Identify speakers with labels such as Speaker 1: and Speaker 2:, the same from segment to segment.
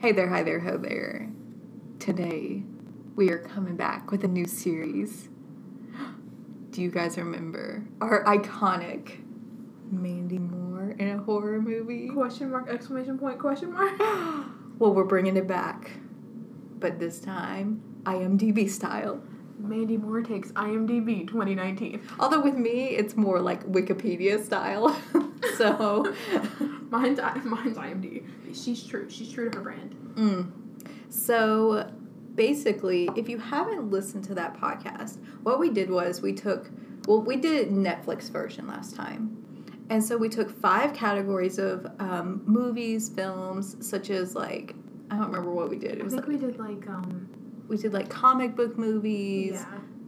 Speaker 1: Hey there, hi there, ho there. Today, we are coming back with a new series. Do you guys remember our iconic Mandy Moore in a horror movie?
Speaker 2: Question mark, exclamation point, question mark.
Speaker 1: Well, we're bringing it back, but this time, IMDb style.
Speaker 2: Mandy Moore takes IMDb 2019.
Speaker 1: Although with me, it's more like Wikipedia style. so,
Speaker 2: Mine's, I- mine's IMD. She's true. She's true to her brand.
Speaker 1: mm. so basically, if you haven't listened to that podcast, what we did was we took, well, we did Netflix version last time. And so we took five categories of um, movies, films, such as like, I don't remember what we did. It
Speaker 2: I
Speaker 1: was
Speaker 2: think
Speaker 1: like,
Speaker 2: we did like, um,
Speaker 1: we did like comic book movies,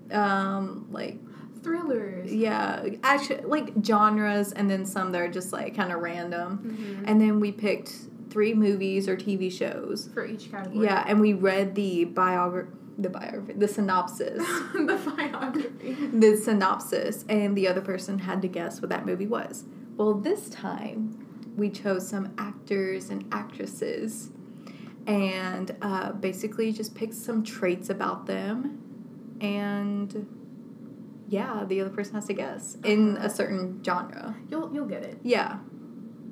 Speaker 2: yeah.
Speaker 1: um, like
Speaker 2: Thrillers.
Speaker 1: Yeah, actually, like genres, and then some that are just like kind of random.
Speaker 2: Mhm.
Speaker 1: And then we picked three movies or TV shows.
Speaker 2: For each category.
Speaker 1: Yeah, and we read the biography, the biography, the synopsis,
Speaker 2: the biography.
Speaker 1: the synopsis, and the other person had to guess what that movie was. Well, this time we chose some actors and actresses, and uh, basically just picked some traits about them, and. Yeah, the other person has to guess in a certain genre.
Speaker 2: You'll you'll get it.
Speaker 1: Yeah.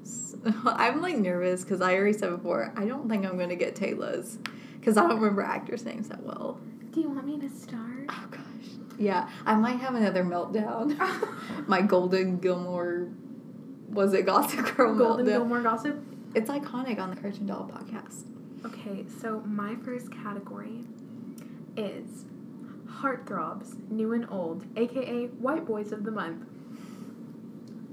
Speaker 1: S- I'm like nervous because I already said before, I don't think I'm going to get Taylor's because I don't remember actors' names that well.
Speaker 2: Do you want me to start?
Speaker 1: Oh, gosh. Yeah, I might have another meltdown. My Golden Gilmore, was it Gossip Girl
Speaker 2: Golden
Speaker 1: meltdown?
Speaker 2: Gilmore gossip.
Speaker 1: It's iconic on the Curtain Doll podcast.
Speaker 2: Okay, so my first category is heartthrobs, new and old, aka white boys of the month.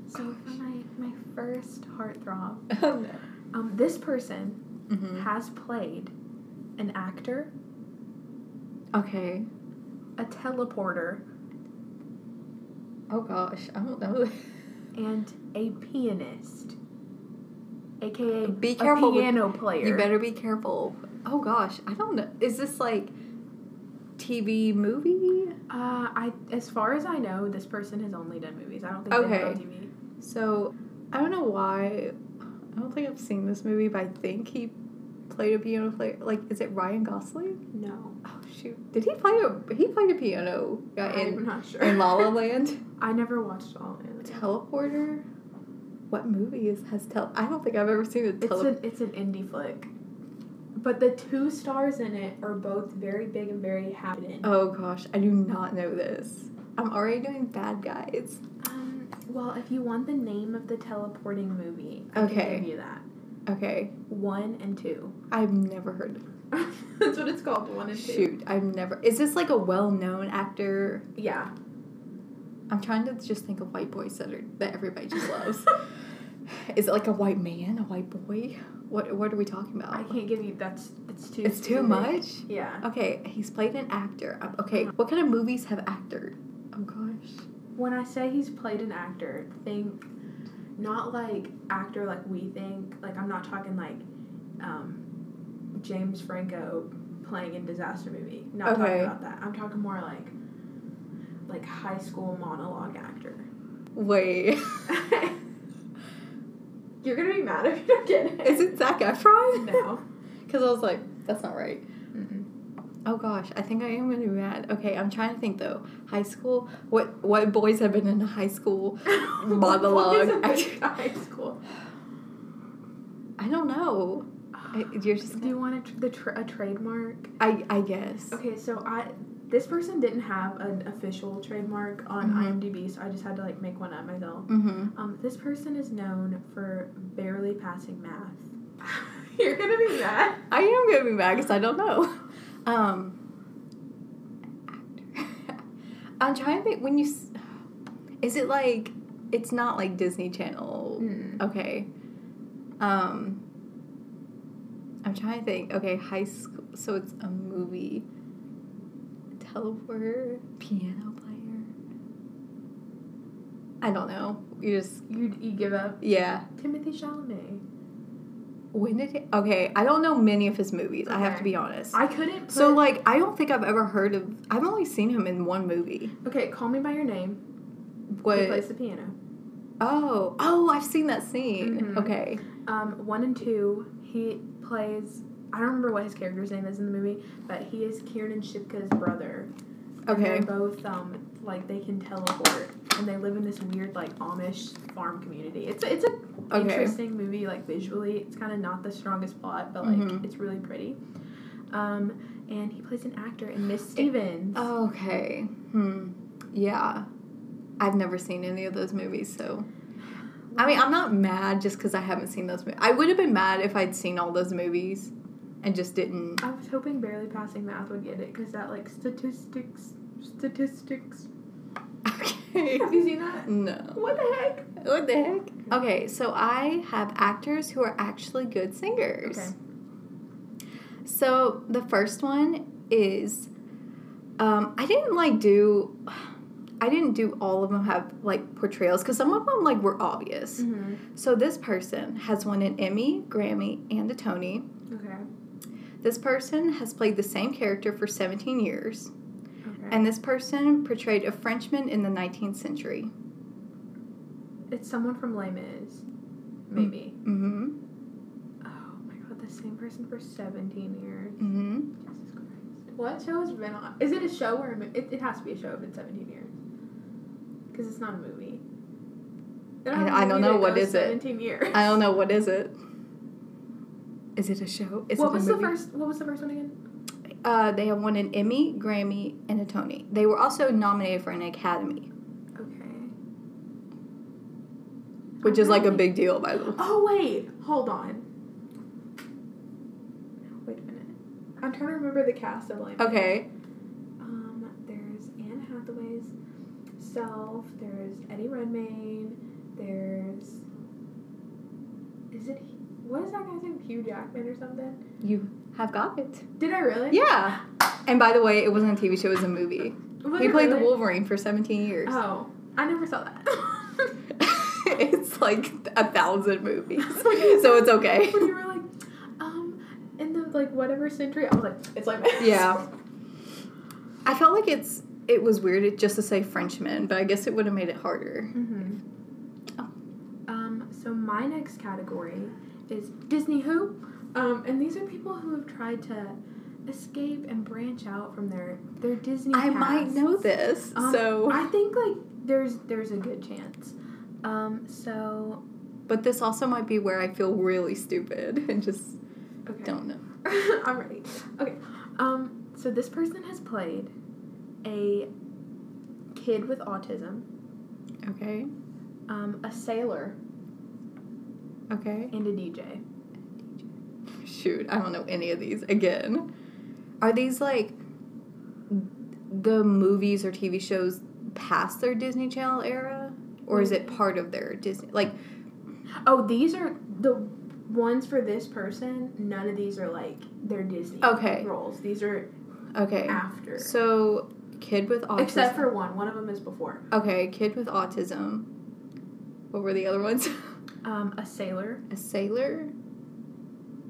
Speaker 2: So for my, my first heartthrob,
Speaker 1: Oh, no.
Speaker 2: um, this person
Speaker 1: hmm
Speaker 2: has played an actor,
Speaker 1: Okay.
Speaker 2: a teleporter,
Speaker 1: Oh, gosh. I don't know.
Speaker 2: and a pianist, aka
Speaker 1: Be careful
Speaker 2: a
Speaker 1: with-
Speaker 2: piano player.
Speaker 1: you better be careful. Oh, gosh. I don't know. Is this like TV movie?
Speaker 2: Uh, I as far as I know, this person has only done movies. I don't think they've
Speaker 1: Okay.
Speaker 2: done TV.
Speaker 1: So I don't know why. I don't think I've seen this movie, but I think he played a piano player. Like, is it Ryan Gosling?
Speaker 2: No,
Speaker 1: Oh shoot! Did he play a he played a piano guy
Speaker 2: I'm
Speaker 1: in
Speaker 2: not sure.
Speaker 1: in La La Land?
Speaker 2: I never watched all of it.
Speaker 1: Teleporter. What movie is has tel? I don't think I've ever seen a
Speaker 2: It's
Speaker 1: tele.
Speaker 2: an it's an indie flick, but the two stars in it are both very big and very happy.
Speaker 1: oh gosh, I do not know this. I'm already doing bad guys.
Speaker 2: Um, well, if you want the name of the teleporting movie, I
Speaker 1: Okay.
Speaker 2: can give you that
Speaker 1: Okay,
Speaker 2: one and two.
Speaker 1: I've never heard. Of
Speaker 2: That's what it's called, one and two.
Speaker 1: Shoot, I've never. Is this like a well-known actor?
Speaker 2: Yeah.
Speaker 1: I'm trying to just think of white boys that are that everybody just loves. Is it like a white man, a white boy? What what are we talking about?
Speaker 2: I can't give you that's it's too.
Speaker 1: it's too
Speaker 2: specific.
Speaker 1: much.
Speaker 2: Yeah.
Speaker 1: Okay, he's played an actor. Um, Okay, what kind of movies have actor? Oh gosh.
Speaker 2: When I say he's played an actor, think not like actor like we think. Like I'm not talking like um, James Franco playing in disaster movie. Not
Speaker 1: Okay.
Speaker 2: talking about that. I'm talking more like like high school monologue actor.
Speaker 1: Wait,
Speaker 2: You're gonna be mad if you don't get it.
Speaker 1: is it Zac Efron?
Speaker 2: no?
Speaker 1: Because I was like, that's not right. Oh gosh, I think I am gonna be mad. Okay, I'm trying to think though. High school. What what boys have been in high school? Monologue
Speaker 2: What is it about high school.
Speaker 1: I don't know. I, you're just.
Speaker 2: Do you want a, tr- the tr- a trademark?
Speaker 1: I I guess.
Speaker 2: Okay, so I this person didn't have an official trademark on
Speaker 1: Mhm.
Speaker 2: IMDb, so I just had to like make one up myself.
Speaker 1: Mm-hmm.
Speaker 2: Um, this person is known for barely passing math. You're gonna be mad.
Speaker 1: I am gonna be mad because I don't know. Um, actor. I'm trying to think. When you, s- is it like? It's not like Disney Channel.
Speaker 2: Oh,
Speaker 1: Okay. Um. I'm trying to think. Okay, high school. So it's a movie. Teleporter, piano player. I don't know. You just
Speaker 2: You you give up.
Speaker 1: yeah.
Speaker 2: Timothy Chalamet.
Speaker 1: When did it? Okay, I don't know many of his movies. I have to
Speaker 2: Okay.
Speaker 1: be honest.
Speaker 2: I couldn't. Put,
Speaker 1: So like I don't think I've ever heard of I've only seen him in one movie.
Speaker 2: okay, call me by your name. He
Speaker 1: What
Speaker 2: plays the piano.
Speaker 1: Oh, oh, I've seen that scene.
Speaker 2: Mhm.
Speaker 1: Okay.
Speaker 2: Um, one and two. He plays I don't remember what his character's name is in the movie, but he is Kieran and Shipka's brother. And
Speaker 1: Okay.
Speaker 2: they're both um like they can teleport and they live in this weird like Amish farm community. It's a, it's a
Speaker 1: Okay.
Speaker 2: interesting movie like visually. It's kind of not the strongest plot, but like
Speaker 1: Mhm.
Speaker 2: it's really pretty. Um, and he plays an actor in Miss Stevens.
Speaker 1: oh. Okay. Hmm. Yeah. I've never seen any of those movies, so. I mean, I'm not mad just because I haven't seen those movies. I would have been mad if I'd seen all those movies and just didn't.
Speaker 2: I was hoping barely passing math would get it because that like statistics statistics.
Speaker 1: Okay.
Speaker 2: Have you seen that?
Speaker 1: No.
Speaker 2: What the heck?
Speaker 1: What the heck? Okay, so I have actors who are actually good singers.
Speaker 2: Okay.
Speaker 1: So the first one is um, I didn't like do I didn't do all of them have like portrayals because some of them like were obvious.
Speaker 2: Mm-hmm.
Speaker 1: So this person has won an Emmy, Grammy, and a Tony.
Speaker 2: Okay.
Speaker 1: This person has played the same character for 17 years,
Speaker 2: Okay.
Speaker 1: and this person portrayed a Frenchman in the 19th century.
Speaker 2: it's someone from Les Mis, maybe.
Speaker 1: Mm-hmm.
Speaker 2: Oh my god, the same person for 17 years.
Speaker 1: Mm-hmm.
Speaker 2: Jesus Christ. What show has been on? Is it a show or a movie? It, it has to be a show if it's 17 years. Because it's not a movie. They
Speaker 1: I-
Speaker 2: have a
Speaker 1: I don't
Speaker 2: movie
Speaker 1: know,
Speaker 2: that
Speaker 1: what
Speaker 2: goes
Speaker 1: is it?
Speaker 2: 17 years.
Speaker 1: I don't know what is it. Is it a show? Is
Speaker 2: what
Speaker 1: it a
Speaker 2: was
Speaker 1: movie?
Speaker 2: the first? What was the first one again?
Speaker 1: Uh, they have won an Emmy, Grammy, and a Tony. They were also nominated for an Academy,
Speaker 2: Okay.
Speaker 1: which is like a big deal, by the way.
Speaker 2: Oh wait, hold on. Wait a minute. I'm trying to remember the cast of like.
Speaker 1: Okay.
Speaker 2: Um, there's Anne Hathaway's self. There's Eddie Redmayne. There's is it what is that guy's name? Hugh Jackman or something?
Speaker 1: You have got it.
Speaker 2: Did I really?
Speaker 1: Yeah. And by the way, it wasn't a TV show, it was a movie.
Speaker 2: Was
Speaker 1: He
Speaker 2: it
Speaker 1: played the
Speaker 2: really?
Speaker 1: Wolverine for 17 years.
Speaker 2: Oh, I never saw that.
Speaker 1: it's like a thousand movies.
Speaker 2: Like,
Speaker 1: So it's okay.
Speaker 2: When you were like, um, in the like whatever century, I was like, it's like
Speaker 1: Yeah. I felt like it's it was weird it- just to say Frenchman, but I guess it would have made it harder.
Speaker 2: Mm-hmm.
Speaker 1: Oh.
Speaker 2: Um, so my next category is Disney Who. Um, and these are people who have tried to escape and branch out from their their Disney.
Speaker 1: I might
Speaker 2: past.
Speaker 1: know this.
Speaker 2: Um,
Speaker 1: so
Speaker 2: I think like there's there's a good chance. Um, so
Speaker 1: but this also might be where I feel really stupid and just
Speaker 2: okay.
Speaker 1: don't know.
Speaker 2: I'm ready. Okay. Um, so this person has played a kid with autism,
Speaker 1: Okay.
Speaker 2: um, a sailor,
Speaker 1: Okay.
Speaker 2: and a DJ.
Speaker 1: Shoot, I don't know any of these again. Are these like the movies or TV shows past their Disney Channel era? Or is it part of their Disney? Like,
Speaker 2: Oh, these are the ones for this person. None of these are like their Disney
Speaker 1: Okay.
Speaker 2: roles. These are
Speaker 1: okay.
Speaker 2: after.
Speaker 1: So, kid with autism.
Speaker 2: Except for one. One of them is before.
Speaker 1: Okay, kid with autism. What were the other ones?
Speaker 2: Um, a sailor,
Speaker 1: a sailor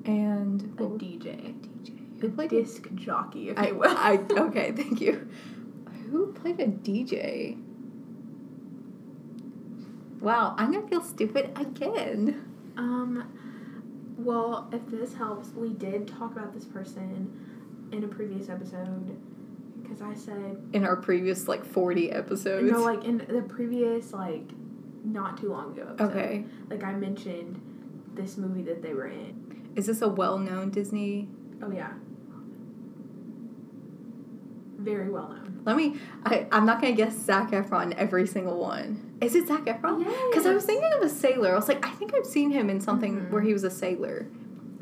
Speaker 1: and
Speaker 2: a
Speaker 1: what were-
Speaker 2: DJ,
Speaker 1: DJ.
Speaker 2: a
Speaker 1: Who played
Speaker 2: disc jockey, if
Speaker 1: I,
Speaker 2: you will.
Speaker 1: I okay, thank you. Who played a DJ? Wow, I'm gonna feel stupid again.
Speaker 2: um, well, if this helps, we did talk about this person in a previous episode because I said
Speaker 1: In our previous like 40 episodes.
Speaker 2: no, like in the previous like not too long ago. Episode,
Speaker 1: okay,
Speaker 2: Like I mentioned this movie that they were in.
Speaker 1: is this a well-known Disney?
Speaker 2: Oh yeah. Very well known.
Speaker 1: Let me. I, I'm not gonna guess Zac Efron every single one. Is it Zac Efron?
Speaker 2: Oh,
Speaker 1: Because I was thinking of a sailor. I was like, I think I've seen him in something
Speaker 2: Mhm.
Speaker 1: where he was a sailor.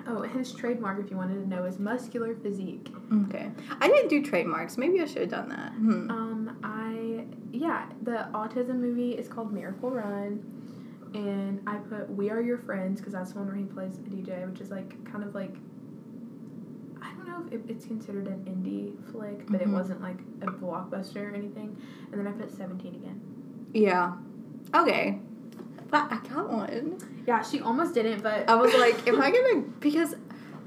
Speaker 2: Oh, his trademark, if you wanted to know, is muscular physique.
Speaker 1: Okay, I didn't do trademarks. Maybe I should have done that. Hmm.
Speaker 2: Um, I yeah, the autism movie is called Miracle Run, and I put We Are Your Friends because that's the one where he plays a DJ, which is like kind of like I don't know if it, it's considered an indie flick, but
Speaker 1: Mhm.
Speaker 2: it wasn't like a blockbuster or anything. And then I put Seventeen again.
Speaker 1: Yeah. Okay. But I got one.
Speaker 2: Yeah, she almost didn't, but
Speaker 1: I was like, am I gonna because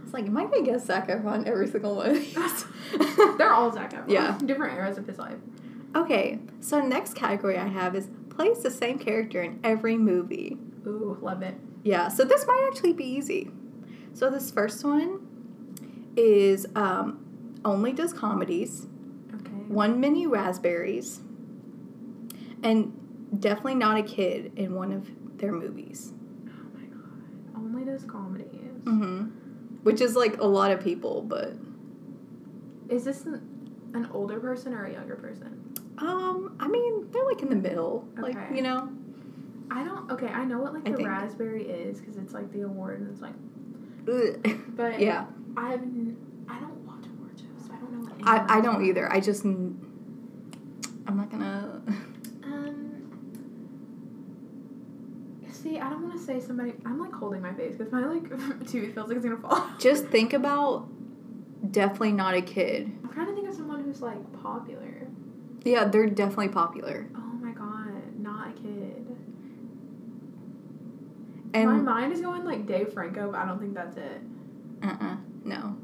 Speaker 1: it's like, am I gonna guess Zac Efron every single one? of these?
Speaker 2: They're all Zac Efron.
Speaker 1: Yeah.
Speaker 2: different eras of his life.
Speaker 1: okay, so next category I have is plays the same character in every movie.
Speaker 2: Ooh, love it.
Speaker 1: Yeah, so this might actually be easy. So this first one is um, only does comedies,
Speaker 2: Okay. Oh
Speaker 1: one mini raspberries, and definitely not a kid in one of their movies.
Speaker 2: Oh my god. Only does comedies.
Speaker 1: hmm Which is like a lot of people, but
Speaker 2: Is this an, an older person or a younger person?
Speaker 1: um, I mean they're like in the middle, like
Speaker 2: Okay.
Speaker 1: you know.
Speaker 2: I don't. Okay, I know what like
Speaker 1: I
Speaker 2: the
Speaker 1: think.
Speaker 2: raspberry is because it's like the award and it's like.
Speaker 1: Ugh.
Speaker 2: But
Speaker 1: yeah,
Speaker 2: I've. n- I don't watch award shows, so I don't know. What
Speaker 1: I, I
Speaker 2: anyone's
Speaker 1: don't
Speaker 2: like.
Speaker 1: either. I just n- I'm not gonna. e-
Speaker 2: Um. See, I don't want to say somebody. I'm like holding my face because my like tooth feels like it's gonna fall.
Speaker 1: Just think about definitely not a kid.
Speaker 2: I'm trying to think of someone who's like popular.
Speaker 1: Yeah, they're definitely popular.
Speaker 2: Oh my god, not a kid. my
Speaker 1: And
Speaker 2: mind is going like Dave Franco, but I don't think that's it.
Speaker 1: uh-uh, no,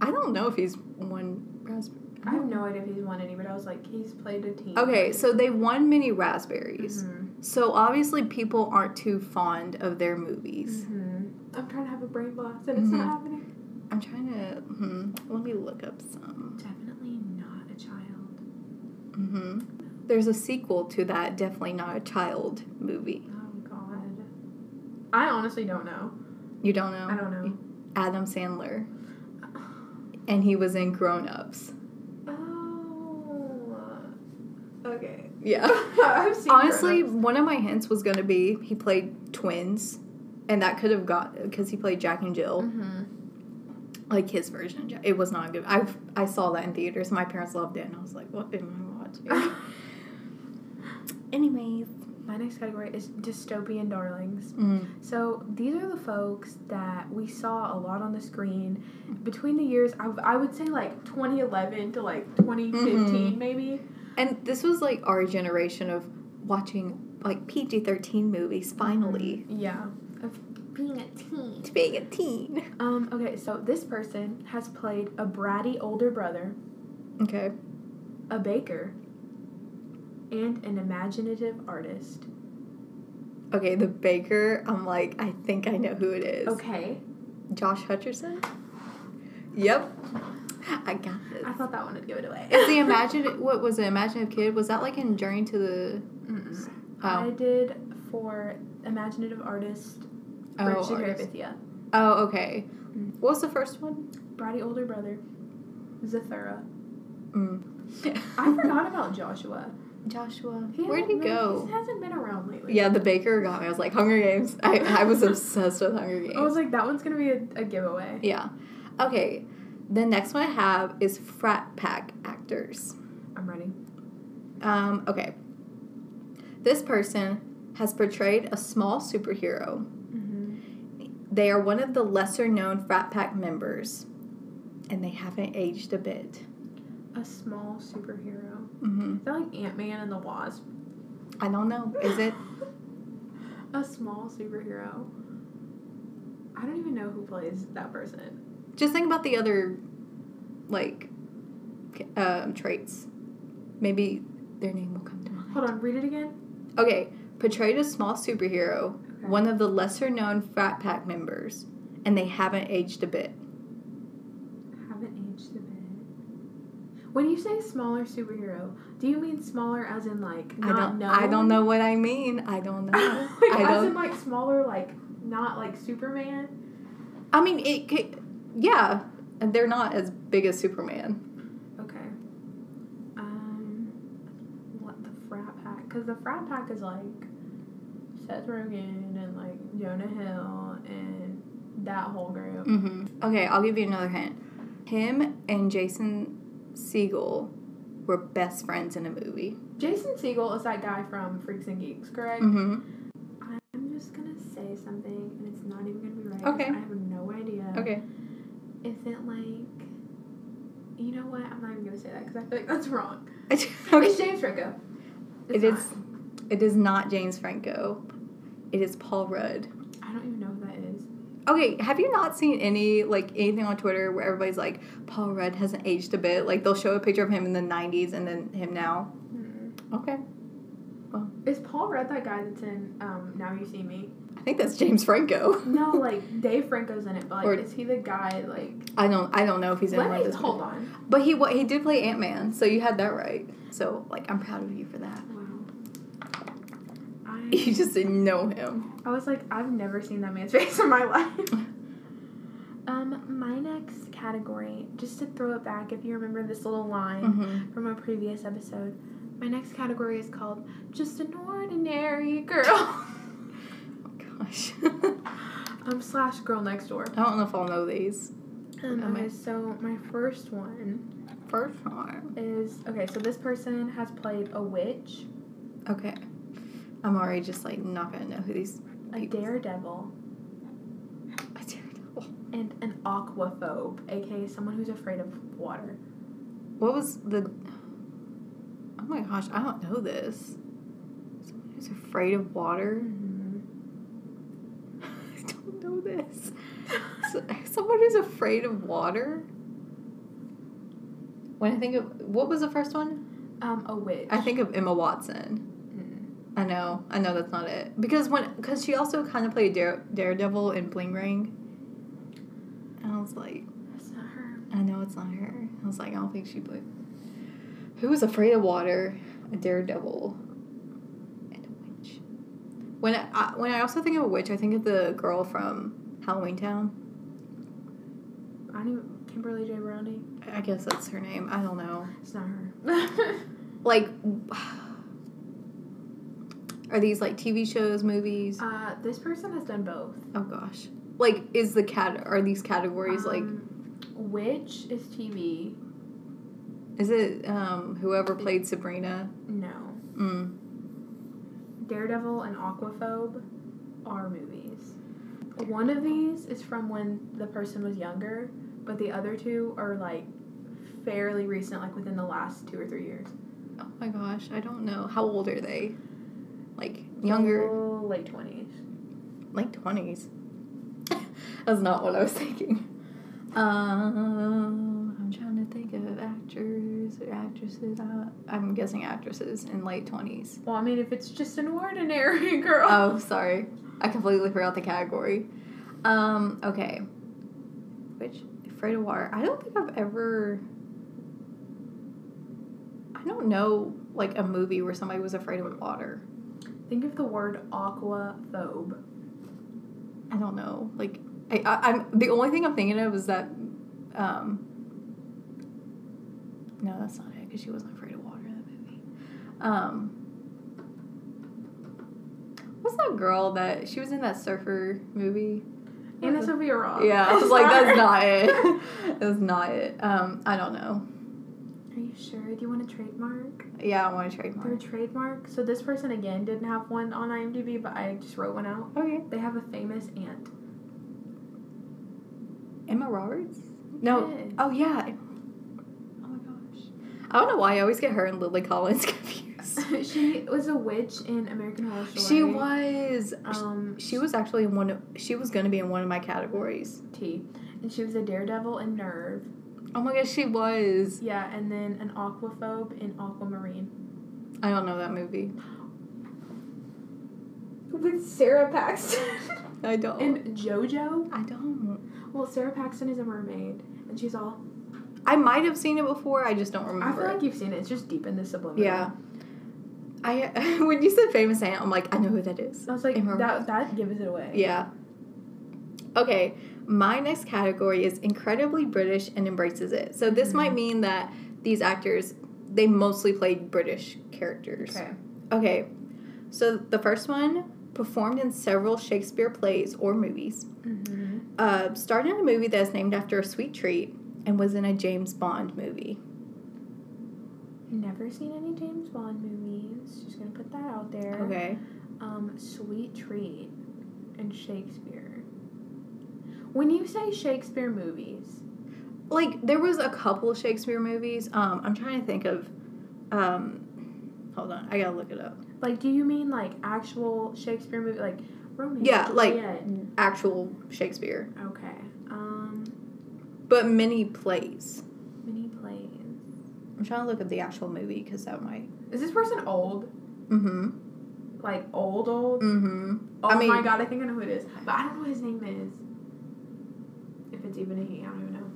Speaker 1: I don't know if he's one raspberry.
Speaker 2: I have no idea if he's won any, but I was like, he's played a team.
Speaker 1: Okay, so they won many raspberries.
Speaker 2: Mhm.
Speaker 1: So obviously people aren't too fond of their movies.
Speaker 2: Mhm. I'm trying to have a brain blast and it's
Speaker 1: Mhm.
Speaker 2: not happening.
Speaker 1: I'm trying to hmm, let me look up some.
Speaker 2: Definitely not a child.
Speaker 1: hmm There's a sequel to that definitely not a child movie.
Speaker 2: Oh god. I honestly don't know.
Speaker 1: You don't know?
Speaker 2: I don't know.
Speaker 1: Adam Sandler, and he was in Grown Ups.
Speaker 2: Oh. Okay.
Speaker 1: Yeah.
Speaker 2: I've seen
Speaker 1: Honestly,
Speaker 2: Grown Ups.
Speaker 1: one of my hints was gonna be he played twins, and that could have got because he played Jack and Jill,
Speaker 2: Mhm.
Speaker 1: like his version. of Jack- It was not good. I I saw that in theaters. My parents loved it, and I was like, "What am I watching?" Anyways,
Speaker 2: My next category is dystopian darlings.
Speaker 1: mm,
Speaker 2: So these are the folks that we saw a lot on the screen between the years I, I would say like 2011 to like 2015
Speaker 1: Mhm.
Speaker 2: maybe.
Speaker 1: and this was like our generation of watching like PG thirteen movies. Finally,
Speaker 2: Yeah. Of being a teen.
Speaker 1: to being a teen.
Speaker 2: Um okay, so this person has played a bratty older brother,
Speaker 1: Okay.
Speaker 2: a baker, and an imaginative artist.
Speaker 1: Okay, the baker. I'm like, I think I know who it is.
Speaker 2: Okay.
Speaker 1: Josh Hutcherson? Yep. I got this.
Speaker 2: I thought that one would give it away.
Speaker 1: Is the imagine what was the imaginative kid? Was that like in Journey to the
Speaker 2: Mm-mm. I
Speaker 1: Oh,
Speaker 2: did for imaginative artist
Speaker 1: oh,
Speaker 2: Virginia
Speaker 1: artist.
Speaker 2: Rabithia.
Speaker 1: oh okay.
Speaker 2: Mm.
Speaker 1: What was the first one?
Speaker 2: Bratty older brother, Zathura.
Speaker 1: Mm.
Speaker 2: I forgot about Joshua.
Speaker 1: Joshua.
Speaker 2: He
Speaker 1: Where'd he
Speaker 2: hasn't been-
Speaker 1: go?
Speaker 2: He hasn't been around lately.
Speaker 1: Yeah, the baker got me. I was like Hunger Games. I, I was obsessed with Hunger Games.
Speaker 2: I was like, that one's gonna be a, a giveaway.
Speaker 1: yeah. Okay. The next one I have is frat pack actors.
Speaker 2: I'm ready.
Speaker 1: Um, okay. This person has portrayed a small superhero.
Speaker 2: Mm-hmm.
Speaker 1: They are one of the lesser known frat pack members, and they haven't aged a bit.
Speaker 2: A small superhero.
Speaker 1: hmm
Speaker 2: Is that like Ant Man and the Wasp?
Speaker 1: I don't know. Is it?
Speaker 2: a small superhero. I don't even know who plays that person.
Speaker 1: Just think about the other, like, c- um, traits. Maybe their name will come to mind.
Speaker 2: Hold on, read it again.
Speaker 1: Okay, portrayed a small superhero, one of the lesser known frat pack members, and they haven't aged a bit.
Speaker 2: Haven't aged a bit. When you say smaller superhero, do you mean smaller as in like
Speaker 1: I
Speaker 2: not
Speaker 1: don't.
Speaker 2: known?
Speaker 1: I don't know what I mean. I don't
Speaker 2: like,
Speaker 1: know. I
Speaker 2: as
Speaker 1: don't-
Speaker 2: in like smaller, like not like Superman.
Speaker 1: I mean, it. ca- Yeah, they're not as big as Superman.
Speaker 2: Okay. Um, what the frat pack? Because the frat pack is like Seth Rogen and like Jonah Hill and that whole group.
Speaker 1: hmm Okay, I'll give you another hint. Him and Jason Siegel were best friends in a movie.
Speaker 2: Jason Siegel is that guy from Freaks and Geeks, correct?
Speaker 1: Mm-hmm.
Speaker 2: I'm just gonna say something, and it's not even gonna be right. 'cause
Speaker 1: Okay.
Speaker 2: I have no idea.
Speaker 1: Okay.
Speaker 2: Is it like? You know what? I'm not even gonna say that because I feel like that's wrong. It's
Speaker 1: okay.
Speaker 2: James Franco.
Speaker 1: It
Speaker 2: not.
Speaker 1: is. It is not James Franco. It is Paul Rudd.
Speaker 2: I don't even know who that is.
Speaker 1: Okay, have you not seen any like anything on Twitter where everybody's like Paul Rudd hasn't aged a bit? Like they'll show a picture of him in the '90s and then him now.
Speaker 2: Mm.
Speaker 1: Okay. Well.
Speaker 2: Is Paul Rudd that guy that's in um, Now You See Me?
Speaker 1: I think that's James Franco.
Speaker 2: No, like Dave Franco's in it, but like,
Speaker 1: Or-
Speaker 2: is he the guy like?
Speaker 1: I don't I don't know if he's in
Speaker 2: Let
Speaker 1: one
Speaker 2: me
Speaker 1: of those.
Speaker 2: hold on.
Speaker 1: But he wa- he did play Ant Man, so you had that right. So like I'm proud of you for that.
Speaker 2: Wow.
Speaker 1: You
Speaker 2: I
Speaker 1: just didn't know him.
Speaker 2: I was like, I've never seen that man's face in my life. Um, my next category, just to throw it back, if you remember this little line
Speaker 1: hmm
Speaker 2: from a previous episode, my next category is called "Just an Ordinary Girl."
Speaker 1: Gosh,
Speaker 2: um, slash girl next door.
Speaker 1: I don't know if I'll know these.
Speaker 2: Um,
Speaker 1: Am I-
Speaker 2: okay, so my first one
Speaker 1: First one.
Speaker 2: is okay. So this person has played a witch,
Speaker 1: Okay, I'm already just like not gonna know who these.
Speaker 2: a
Speaker 1: people-
Speaker 2: daredevil,
Speaker 1: A daredevil.
Speaker 2: and an aquaphobe, aka someone who's afraid of water.
Speaker 1: What was the? Oh my gosh, I don't know this. Someone who's afraid of water. I don't know this. So- Someone who's afraid of water. When I think of what was the first one?
Speaker 2: Um, a witch.
Speaker 1: I think of Emma Watson.
Speaker 2: Mm.
Speaker 1: I know, I know that's not it because when because she also kind of played Dare, Daredevil in Bling Ring. And I was like,
Speaker 2: That's not her.
Speaker 1: I know it's not her. I was like, I don't think she played. Who was afraid of water? A daredevil. And a witch. When I, I when I also think of a witch, I think of the girl from Halloween Town.
Speaker 2: I knew Kimberly J. Brownie.
Speaker 1: I guess that's her name. I don't know.
Speaker 2: It's not her.
Speaker 1: Like, are these like TV shows, movies?
Speaker 2: uh, this person has done both.
Speaker 1: Oh gosh. Like, is the cat? Are these categories like?
Speaker 2: Um, witch is TV.
Speaker 1: Is it um whoever played Sabrina?
Speaker 2: No.
Speaker 1: Mm.
Speaker 2: Daredevil and Aquaphobe are movies. One of these is from when the person was younger, but the other two are like fairly recent, like within the last two or three years.
Speaker 1: Oh my gosh, I don't know. How old are they? Like younger,
Speaker 2: Oh, late twenties.
Speaker 1: like twenties. that's not what I was thinking. Um, I'm trying to think of actors or actresses. I, I'm guessing actresses in late twenties.
Speaker 2: Well, I mean, if it's just an ordinary girl.
Speaker 1: Oh, sorry. I completely forgot the category. Um, okay. Which afraid of water. I don't think I've ever I don't know like a movie where somebody was afraid of water.
Speaker 2: Think of the word aquaphobe.
Speaker 1: I don't know. Like I, I I'm the only thing I'm thinking of is that um No, that's not it cuz she wasn't afraid of water in that movie. Um What's that girl that she was in that surfer movie?
Speaker 2: Anna Sophia Robb.
Speaker 1: Yeah, I was like,
Speaker 2: Sorry.
Speaker 1: that's not it. that's not it. Um, I don't know.
Speaker 2: Are you sure? Do you want to trademark?
Speaker 1: Yeah, I want to
Speaker 2: Their
Speaker 1: trademark.
Speaker 2: trademark. So this person again didn't have one on IMDb, but I just wrote one out.
Speaker 1: Okay.
Speaker 2: They have a famous aunt.
Speaker 1: Emma Roberts? No.
Speaker 2: Yes.
Speaker 1: Oh, yeah. Oh my gosh. I don't know why I always get her and Lily Collins confused.
Speaker 2: she was a witch in American Horror Story.
Speaker 1: She was.
Speaker 2: Um,
Speaker 1: She was actually in one of. She was going to be in one of my categories.
Speaker 2: T, and she was a daredevil in Nerve.
Speaker 1: Oh my gosh, she was.
Speaker 2: Yeah, and then an aquaphobe in Aquamarine.
Speaker 1: I don't know that movie.
Speaker 2: With Sarah Paxton
Speaker 1: I don't.
Speaker 2: and JoJo.
Speaker 1: I don't.
Speaker 2: Well, Sarah Paxton is a mermaid, and she's all.
Speaker 1: I might have seen it before. I just don't
Speaker 2: I
Speaker 1: remember.
Speaker 2: feel like you've seen it. It's just deep in the subliminal.
Speaker 1: yeah. I when you said famous aunt, I'm like I know who that is.
Speaker 2: I was like,
Speaker 1: Emma
Speaker 2: that that gives it away.
Speaker 1: Yeah. Okay, my next category is incredibly British and embraces it. So this might mean that these actors they mostly played British characters.
Speaker 2: Okay.
Speaker 1: Okay. So the first one performed in several Shakespeare plays or movies.
Speaker 2: Mm-hmm.
Speaker 1: Uh, starred in a movie that is named after a sweet treat and was in a James Bond movie.
Speaker 2: Never seen any James Bond movies. Just gonna put that out there.
Speaker 1: Okay.
Speaker 2: Um, Sweet Treat and Shakespeare. When you say Shakespeare movies,
Speaker 1: like there was a couple of Shakespeare movies. Um, I'm trying to think of. Um, hold on, I gotta look it up.
Speaker 2: like, do you mean like actual Shakespeare movie, like Romeo?
Speaker 1: Yeah,
Speaker 2: and
Speaker 1: like-
Speaker 2: Juliet?
Speaker 1: Actual Shakespeare,
Speaker 2: Okay. Um,
Speaker 1: but many plays.
Speaker 2: mini plays.
Speaker 1: I'm trying to look up the actual movie because that might.
Speaker 2: Is this person old?
Speaker 1: Mm-hmm.
Speaker 2: like old old.
Speaker 1: Mm-hmm.
Speaker 2: Oh
Speaker 1: I mean-
Speaker 2: my god, I think I know who it is, but I don't know what his name is. If it's even a he, I don't even know.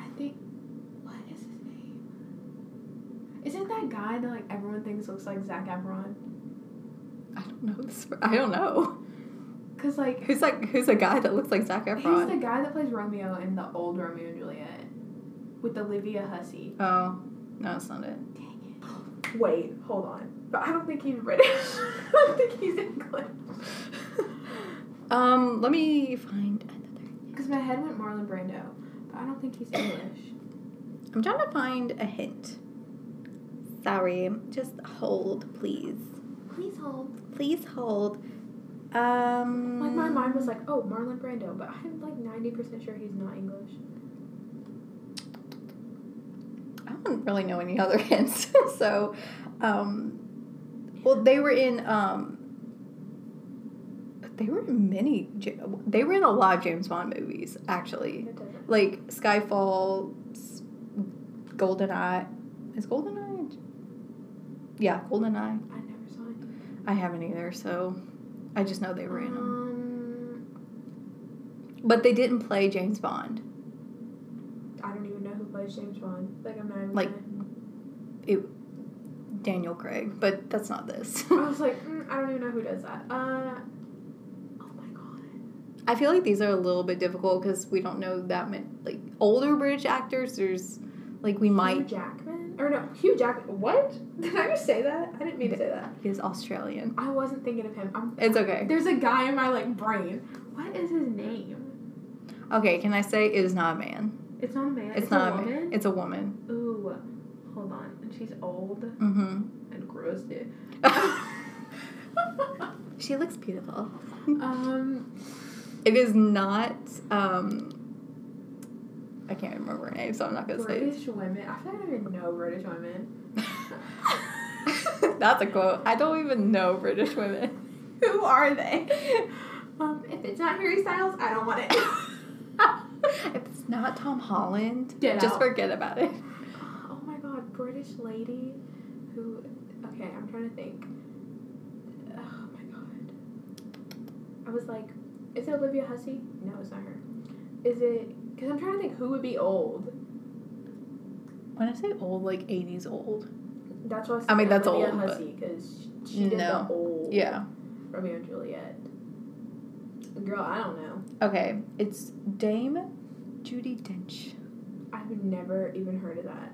Speaker 2: I think what is his name? Isn't that guy that like everyone thinks looks like Zach Efron?
Speaker 1: I don't know this. I don't know.
Speaker 2: Cause like
Speaker 1: Who's like who's a guy that looks like Zac
Speaker 2: he's
Speaker 1: Efron?
Speaker 2: the guy that plays Romeo in the old Romeo and Juliet with Olivia Hussey.
Speaker 1: oh, no, that's not it.
Speaker 2: Dang it. Wait, hold on. But I don't think he's British. I don't think he's English.
Speaker 1: Um, let me find another.
Speaker 2: Because my head went Marlon Brando, but I don't think he's English.
Speaker 1: I'm trying to find a hint. Sorry, just hold, please.
Speaker 2: Please hold.
Speaker 1: Please hold. Um,
Speaker 2: Like my mind was like, oh, Marlon Brando, but I'm like ninety percent sure he's not English.
Speaker 1: I don't really know any other hints. so, um, well, they were in um, they were in many. Ja- They were in a lot of James Bond movies, actually.
Speaker 2: That doesn't.
Speaker 1: Like Skyfall, S- GoldenEye. Is GoldenEye? Yeah, GoldenEye.
Speaker 2: I never saw him.
Speaker 1: I haven't either, so I just know they were in them.
Speaker 2: Um,
Speaker 1: But they didn't play James Bond.
Speaker 2: I don't even know who plays James Bond. Like I'm not even.
Speaker 1: Like-
Speaker 2: gonna-
Speaker 1: Daniel Craig, but that's not this.
Speaker 2: I was like, mm, I don't even know who does that. Uh, oh my god.
Speaker 1: I feel like these are a little bit difficult because we don't know that many like older British actors. There's like we
Speaker 2: Hugh
Speaker 1: might
Speaker 2: Jackman or no Hugh Jackman? What? Did I just say that? I didn't mean to say that.
Speaker 1: is Australian.
Speaker 2: I wasn't thinking of him. I'm,
Speaker 1: It's okay.
Speaker 2: there's a guy in my like brain. What is his name?
Speaker 1: Okay, can I say it is not a man?
Speaker 2: It's not a man.
Speaker 1: It's, not
Speaker 2: a
Speaker 1: a man.
Speaker 2: woman.
Speaker 1: It's a woman.
Speaker 2: Ooh, hold on. And she's old
Speaker 1: Mm-hmm.
Speaker 2: and gross, dude.
Speaker 1: she looks beautiful.
Speaker 2: um,
Speaker 1: It is not. um I can't remember her name, so I'm not gonna say.
Speaker 2: British women. I feel like I don't even know British women.
Speaker 1: it. That's a quote. I don't even know British women.
Speaker 2: Who are they? Um, if it's not Harry Styles, I don't want it.
Speaker 1: if it's not Tom Holland,
Speaker 2: Get
Speaker 1: just
Speaker 2: out.
Speaker 1: forget about it.
Speaker 2: Oh my god, British lady who. Okay, I'm trying to think. Oh my god. I was like, is it Olivia Hussey? No, it's not her. Is it. Because I'm trying to think who would be old.
Speaker 1: When I say old, like 80s old.
Speaker 2: That's why I, was
Speaker 1: I mean,
Speaker 2: thinking
Speaker 1: that's
Speaker 2: Olivia
Speaker 1: old, but-
Speaker 2: Hussey, because she, did
Speaker 1: No.
Speaker 2: the old
Speaker 1: Yeah.
Speaker 2: Romeo and Juliet. Girl, I don't know.
Speaker 1: Okay. It's Dame Judy Dench.
Speaker 2: I've never even heard of that.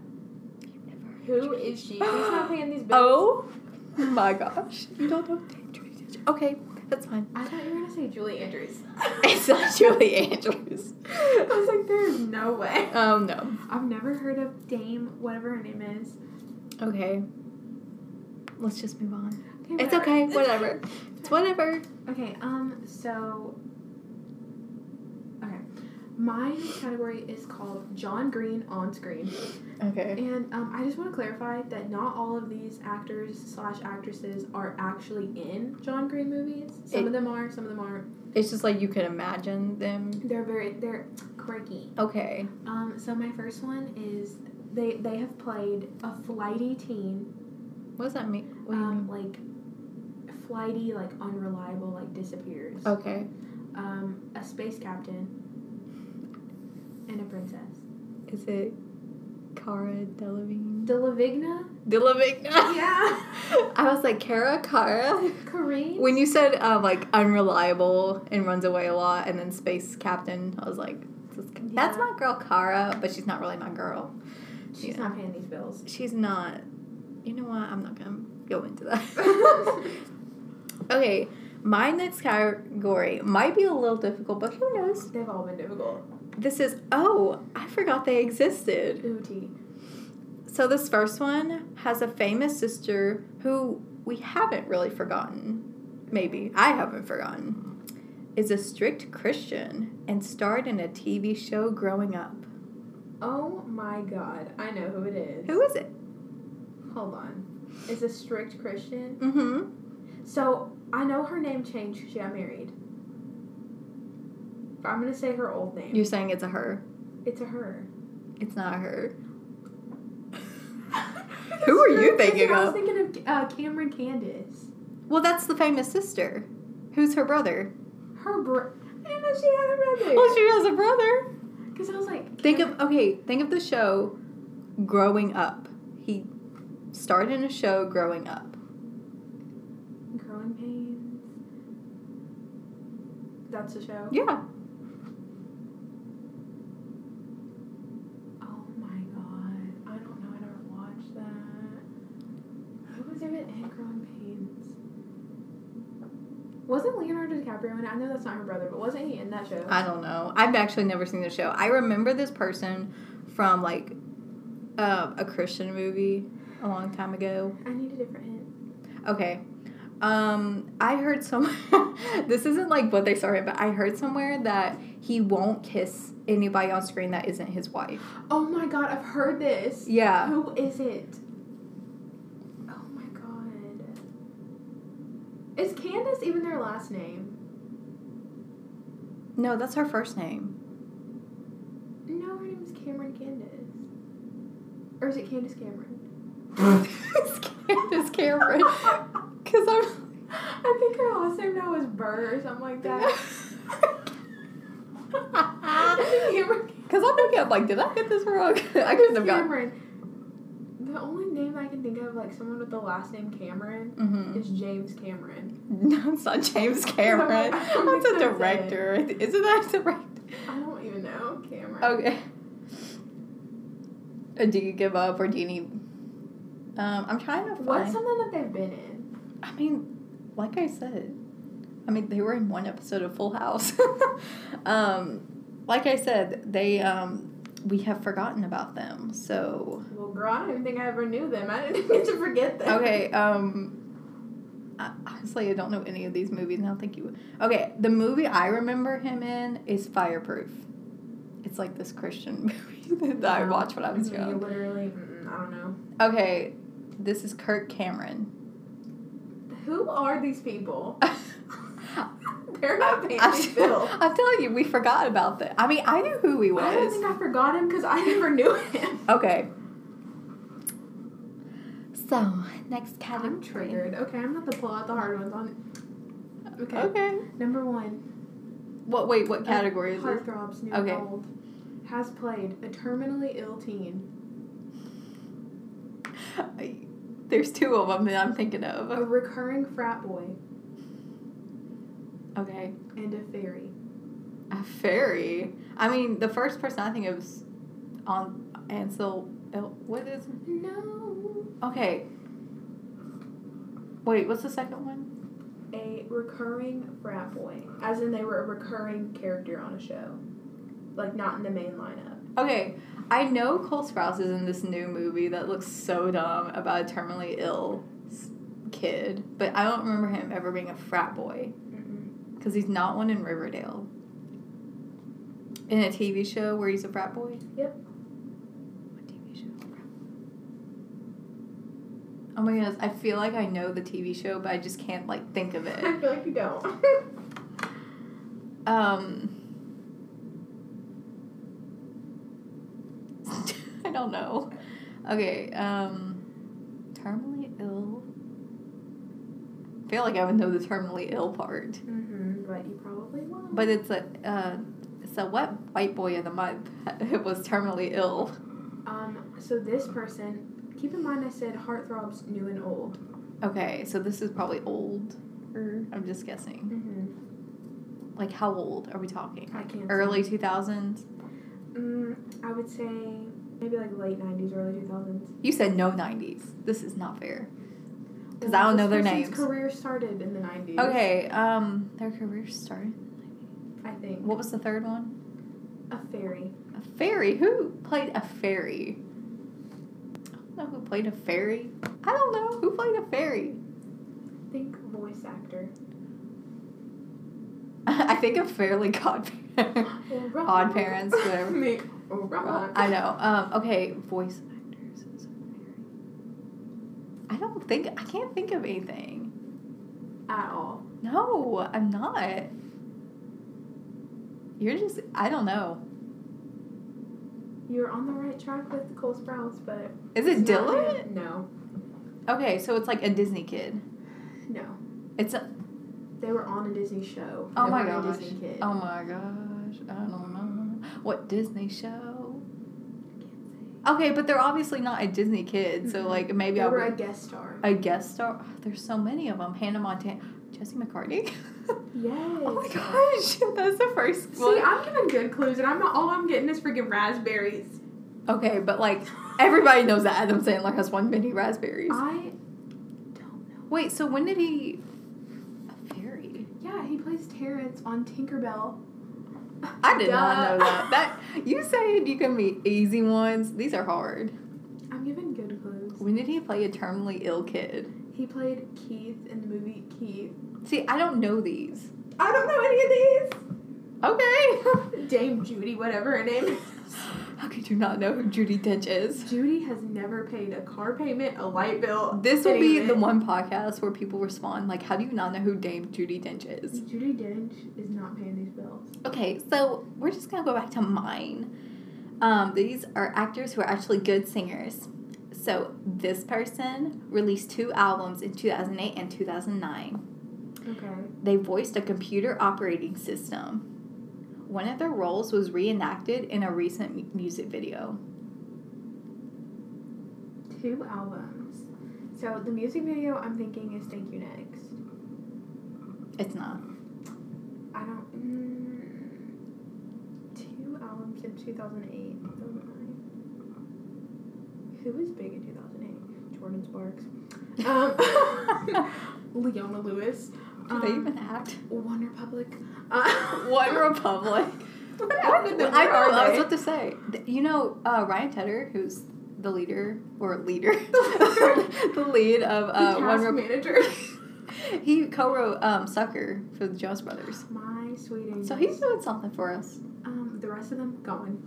Speaker 1: Never.
Speaker 2: Who is she? She's not paying these bills.
Speaker 1: Oh my gosh. You don't know Dame Judy Dench. Okay, that's fine.
Speaker 2: I thought you were going to say Julie Andrews.
Speaker 1: It's not Julie Andrews.
Speaker 2: I was like, there's no way.
Speaker 1: Um, no.
Speaker 2: I've never heard of Dame, whatever her name is.
Speaker 1: Okay. Let's just move on.
Speaker 2: Okay,
Speaker 1: It's okay, whatever. It's whatever.
Speaker 2: Okay, um, so. Okay. My category is called John Green on screen.
Speaker 1: Okay.
Speaker 2: And um, I just want to clarify that not all of these actors slash actresses are actually in John Green movies. Some
Speaker 1: It-
Speaker 2: of them are, some of them aren't.
Speaker 1: It's just like you could imagine them.
Speaker 2: They're very, they're quirky.
Speaker 1: Okay.
Speaker 2: Um, so my first one is they, they have played a flighty teen
Speaker 1: What does that mean? What do you
Speaker 2: um, like flighty, like unreliable, like disappears.
Speaker 1: mean? Okay.
Speaker 2: Um, a space captain and a princess.
Speaker 1: Is it Cara Delevingne?
Speaker 2: Delavigna?
Speaker 1: Delevingne.
Speaker 2: Yeah.
Speaker 1: I was like, Cara, Cara.
Speaker 2: Kareem?
Speaker 1: When you said um, like unreliable and runs away a lot, and then space captain, I was like, this is- that's
Speaker 2: Yeah.
Speaker 1: my girl Kara, but she's not really my girl.
Speaker 2: She's not paying these bills.
Speaker 1: She's not. You know what? I'm not gonna go into that. okay, my next category might be a little difficult, but who knows?
Speaker 2: They've all been difficult.
Speaker 1: This is oh, I forgot they existed.
Speaker 2: Ooh, tea.
Speaker 1: So this first one has a famous sister who we haven't really forgotten. Maybe I haven't forgotten. Is a strict Christian and starred in a TV show growing up.
Speaker 2: Oh my god. I know who it is.
Speaker 1: Who is it?
Speaker 2: Hold on. Is a strict Christian.
Speaker 1: Mm-hmm.
Speaker 2: So I know her name changed 'cause she got married. But I'm gonna say her old name.
Speaker 1: You're saying it's a her.
Speaker 2: It's a her.
Speaker 1: It's not a her. Who are you
Speaker 2: That's
Speaker 1: thinking
Speaker 2: what I
Speaker 1: of?
Speaker 2: was thinking of uh, Cameron Candace.
Speaker 1: Well, that's the famous sister. Who's her brother?
Speaker 2: Her bro. I didn't know she had a brother.
Speaker 1: Well, Oh, she has a brother.
Speaker 2: Because I was like,
Speaker 1: Think of okay. Think of the show, growing up. He starred in a show growing up.
Speaker 2: Growing Pains. That's a show.
Speaker 1: Yeah.
Speaker 2: Oh my god. I don't know. I never watched that. Who was even in Growing Pains? Wasn't Leonardo DiCaprio in it? I know that's not her brother, but wasn't he in that show?
Speaker 1: I don't know. I've actually never seen the show. I remember this person from like uh, a Christian movie a long time ago.
Speaker 2: I need a different hint.
Speaker 1: Okay. Um, I heard some. this isn't like what they started, but I heard somewhere that he won't kiss anybody on screen that isn't his wife.
Speaker 2: Oh my god, I've heard this.
Speaker 1: Yeah.
Speaker 2: Who is it? Oh my god. Is Candace even their last name?
Speaker 1: No, that's her first name.
Speaker 2: No, her name is Cameron Candace. Or is it Candace Cameron?
Speaker 1: it's Candace Cameron. Because I'm.
Speaker 2: I think her last name now is Burr or something like that. Is it Cameron?
Speaker 1: Because I'm looking up, like, did I get this wrong? I couldn't have got.
Speaker 2: Cameron. The only name I can think of, like someone with the last name Cameron,
Speaker 1: Mm-hmm.
Speaker 2: is James Cameron.
Speaker 1: No, it's not James Cameron.
Speaker 2: I don't think
Speaker 1: That's a
Speaker 2: that's it.
Speaker 1: director. Isn't that a director?
Speaker 2: I don't even know Cameron.
Speaker 1: Okay. Uh, Do you give up or do you need? Um, I'm trying to find.
Speaker 2: What's something that they've been in?
Speaker 1: I mean, like I said, I mean they were in one episode of Full House. um, like I said, they um, we have forgotten about them. So
Speaker 2: Well, girl, I don't even think I ever knew them. I didn't get to forget them.
Speaker 1: okay. Um, I, honestly, I don't know any of these movies. and I don't think you. would. Okay, the movie I remember him in is Fireproof. It's like this Christian movie that I watched when I was
Speaker 2: You
Speaker 1: young.
Speaker 2: Mm-hmm. literally, mm, I don't know.
Speaker 1: Okay, this is Kirk Cameron.
Speaker 2: Who are these people? They're not Fancy Phil.
Speaker 1: I'm telling you, we forgot about that. I mean, I knew who he
Speaker 2: I don't
Speaker 1: was.
Speaker 2: think I forgot him because I never knew him.
Speaker 1: Okay. So, next
Speaker 2: I'm
Speaker 1: category.
Speaker 2: triggered. Okay, I'm about to pull out the hard ones on. Okay.
Speaker 1: Okay.
Speaker 2: Number one.
Speaker 1: What? Wait, what category is this?
Speaker 2: Heartthrobs, new
Speaker 1: Okay.
Speaker 2: and old. Has played a terminally ill teen,
Speaker 1: There's two of them that I'm thinking
Speaker 2: a
Speaker 1: of.
Speaker 2: recurring frat boy,
Speaker 1: Okay.
Speaker 2: and a fairy.
Speaker 1: A fairy. I mean, the first person I think of is on Ansel. El- What is?
Speaker 2: No.
Speaker 1: Okay. Wait, what's the second one?
Speaker 2: a recurring frat boy, as in they were a recurring character on a show, like not in the main lineup.
Speaker 1: Okay, I know Cole Sprouse is in this new movie that looks so dumb about a terminally ill s- kid, but I don't remember him ever being a frat boy
Speaker 2: Mm-hmm.
Speaker 1: because he's not one in Riverdale. In a TV show where he's a frat boy.
Speaker 2: Yep.
Speaker 1: What TV show? Oh my goodness, I feel like I know the TV show, but I just can't like think of it.
Speaker 2: I feel like you don't.
Speaker 1: Um, I don't know. Okay. Um, terminally ill. I feel like I would know the terminally ill part,
Speaker 2: mm-hmm, but you probably won't.
Speaker 1: but it's a uh, it's a what white boy of the month. It was terminally ill.
Speaker 2: um, so this person, keep in mind, I said heartthrobs, new and old.
Speaker 1: Okay, so this is probably old. I'm just guessing.
Speaker 2: Mm-hmm.
Speaker 1: Like, how old are we talking?
Speaker 2: I can't.
Speaker 1: Early two thousands.
Speaker 2: Mm, I would say maybe like late nineties, early two thousands.
Speaker 1: You said no nineties. This is not fair. 'Cause I don't know their names.
Speaker 2: Career started in the nineties.
Speaker 1: Okay. Um, their career started.
Speaker 2: I think
Speaker 1: What was the third one?
Speaker 2: a fairy.
Speaker 1: A fairy. Who played a fairy? I don't know who played a fairy. I don't know who played a fairy.
Speaker 2: Think voice actor.
Speaker 1: I think of Fairly Godparents. Odd parents, whatever.
Speaker 2: Me. Uh,
Speaker 1: I know. Um, okay, voice actors. is a fairy. I don't think I can't think of anything.
Speaker 2: At all.
Speaker 1: No, I'm not. You're just I don't know.
Speaker 2: You're on the right track with Cole Sprouse, but
Speaker 1: Is it
Speaker 2: it's not
Speaker 1: Dylan?
Speaker 2: him. No,
Speaker 1: Okay, so it's like a Disney kid.
Speaker 2: no.
Speaker 1: It's a,
Speaker 2: They were on a Disney show.
Speaker 1: oh
Speaker 2: They
Speaker 1: my
Speaker 2: weren't a
Speaker 1: gosh.
Speaker 2: Disney kid.
Speaker 1: Oh my gosh. I don't know. What Disney show? Okay, but they're obviously not a Disney kid, so
Speaker 2: Mhm.
Speaker 1: like maybe
Speaker 2: They
Speaker 1: I
Speaker 2: were
Speaker 1: would
Speaker 2: a guest star.
Speaker 1: a guest star. There's so many of them. Hannah Montana, Jesse McCartney.
Speaker 2: yes.
Speaker 1: oh my gosh, that's the first
Speaker 2: See,
Speaker 1: one.
Speaker 2: I'm giving good clues, and I'm not, all I'm getting is freaking raspberries.
Speaker 1: okay, but like everybody knows that Adam Sandler has one mini raspberries.
Speaker 2: I don't know.
Speaker 1: Ah, Wait, so when did he? A fairy.
Speaker 2: Yeah, he plays Terrence on Tinkerbell.
Speaker 1: I did not
Speaker 2: Duh.
Speaker 1: know that. That you said you can be easy ones. These are hard.
Speaker 2: I'm giving good clues.
Speaker 1: When did he play a terminally ill kid?
Speaker 2: He played Keith in the movie Keith.
Speaker 1: See, I don't know these.
Speaker 2: I don't know any
Speaker 1: Okay.
Speaker 2: of these. Dame Judy, whatever her name is.
Speaker 1: How could you not know who Judy Dench is?
Speaker 2: Judy has never paid a car payment, a light bill.
Speaker 1: This will be
Speaker 2: anything.
Speaker 1: the one podcast where people respond like, "How do you not know who Dame Judy Dench is?"
Speaker 2: Judy Dench is not paying these bills.
Speaker 1: Okay, so we're just gonna go back to mine. Um, these are actors who are actually good singers. So this person released two albums in 2008 and 2009.
Speaker 2: Okay.
Speaker 1: They voiced a computer operating system. One of their roles was reenacted in a recent mu- music video.
Speaker 2: Two albums. So the music video I'm thinking is Thank You Next.
Speaker 1: It's not.
Speaker 2: I don't. Mm, two albums in 2008. Those are mine. Who was big in 2008? Jordan Sparks. Um, Leona Lewis.
Speaker 1: Do they
Speaker 2: um,
Speaker 1: even act?
Speaker 2: One Republic. Uh,
Speaker 1: One Republic.
Speaker 2: What happened to them?
Speaker 1: I
Speaker 2: Where
Speaker 1: know.
Speaker 2: are
Speaker 1: I was
Speaker 2: they?
Speaker 1: about to say. Th- You know, uh, Ryan Tedder, who's the leader or leader,
Speaker 2: The
Speaker 1: the lead of
Speaker 2: The
Speaker 1: uh, One
Speaker 2: task
Speaker 1: Republic.
Speaker 2: manager.
Speaker 1: He co-wrote um, "Sucker" for the Jonas Brothers,
Speaker 2: My sweet angel.
Speaker 1: so he's doing something for us.
Speaker 2: Um, the rest of them gone.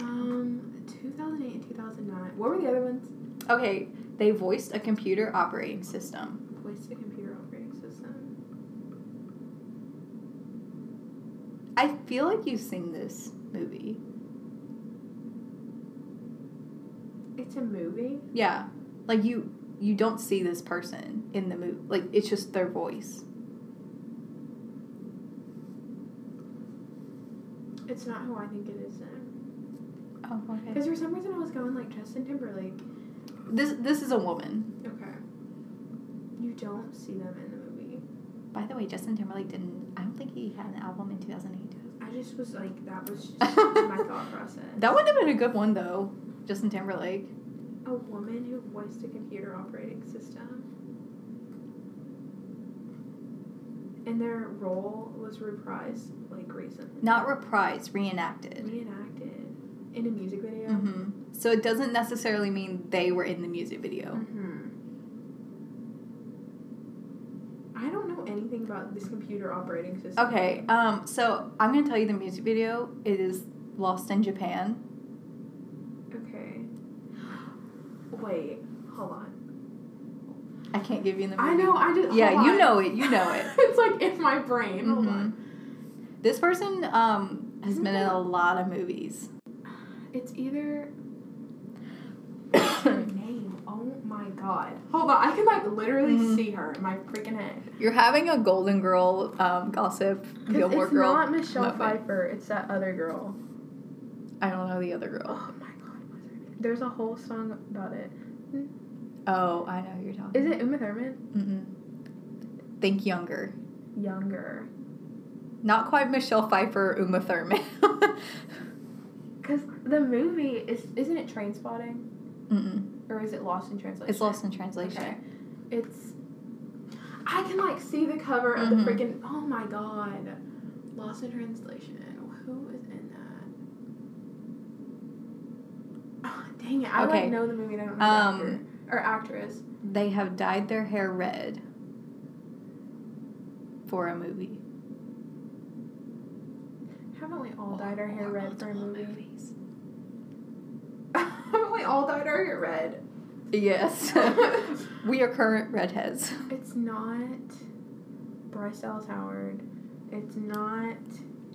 Speaker 2: Um, 2008 and 2009. What were the other ones?
Speaker 1: Okay, they voiced a computer operating system.
Speaker 2: Voice to computer operating system.
Speaker 1: I feel like you've seen this movie.
Speaker 2: It's a movie.
Speaker 1: Yeah, like you you don't see this person in the movie. Like it's just their voice.
Speaker 2: It's not who I think it is then.
Speaker 1: Oh, okay.
Speaker 2: Because for some reason I was going like Justin Timberlake.
Speaker 1: This this is a woman.
Speaker 2: Okay. You don't see them in the movie.
Speaker 1: By the way, Justin Timberlake didn't. I don't think he had an album in two thousand eight.
Speaker 2: I just was like that was just my thought process.
Speaker 1: That would have been a good one though. Justin Timberlake.
Speaker 2: a woman who voiced a computer operating system. And their role was reprised like recently.
Speaker 1: Not reprised, reenacted.
Speaker 2: reenacted in a music video.
Speaker 1: hmm So it doesn't necessarily mean they were in the music video.
Speaker 2: Mm-hmm. Mhm. I don't know anything about this computer operating system.
Speaker 1: Okay, um, so I'm gonna tell you the music video. It is Lost in Japan.
Speaker 2: Okay. Wait, hold on.
Speaker 1: I can't give you the movie.
Speaker 2: I know, I just.
Speaker 1: Yeah,
Speaker 2: hold
Speaker 1: you
Speaker 2: on.
Speaker 1: know it, you know it.
Speaker 2: it's like in my brain. Hold
Speaker 1: Mhm.
Speaker 2: on.
Speaker 1: This person um, has been in a lot of movies.
Speaker 2: It's either. her name. Oh my god. Hold on, I can like literally
Speaker 1: Mhm.
Speaker 2: see her in my freaking head.
Speaker 1: You're having a Golden Girl um, gossip,
Speaker 2: 'Cause
Speaker 1: Gilmore
Speaker 2: it's
Speaker 1: Girl.
Speaker 2: not Michelle
Speaker 1: moment.
Speaker 2: Pfeiffer, it's that other girl.
Speaker 1: I don't know the other girl.
Speaker 2: Oh my god, what's her name? There's a whole song about it.
Speaker 1: Oh, I know who you're talking.
Speaker 2: Is it Uma Thurman?
Speaker 1: Mm-mm. Think younger.
Speaker 2: Younger.
Speaker 1: Not quite Michelle Pfeiffer, Uma Thurman.
Speaker 2: Because the movie is isn't it Train Spotting
Speaker 1: Mm-mm.
Speaker 2: or is it Lost in Translation?
Speaker 1: It's lost in translation.
Speaker 2: Okay. It's. I can like see the cover of
Speaker 1: Mhm.
Speaker 2: the freaking. Oh my god, Lost in Translation. Who is in that? Ah, dang it! I
Speaker 1: Okay.
Speaker 2: don't know the movie. and I don't know the actor
Speaker 1: Um,
Speaker 2: or actress.
Speaker 1: they have dyed their hair red for a movie.
Speaker 2: Haven't we all dyed our hair
Speaker 1: Or
Speaker 2: red for a
Speaker 1: multiple
Speaker 2: movie?
Speaker 1: movies.
Speaker 2: Haven't we all dyed our hair red?
Speaker 1: Yes. we are current redheads.
Speaker 2: It's not Bryce Dallas Howard. It's not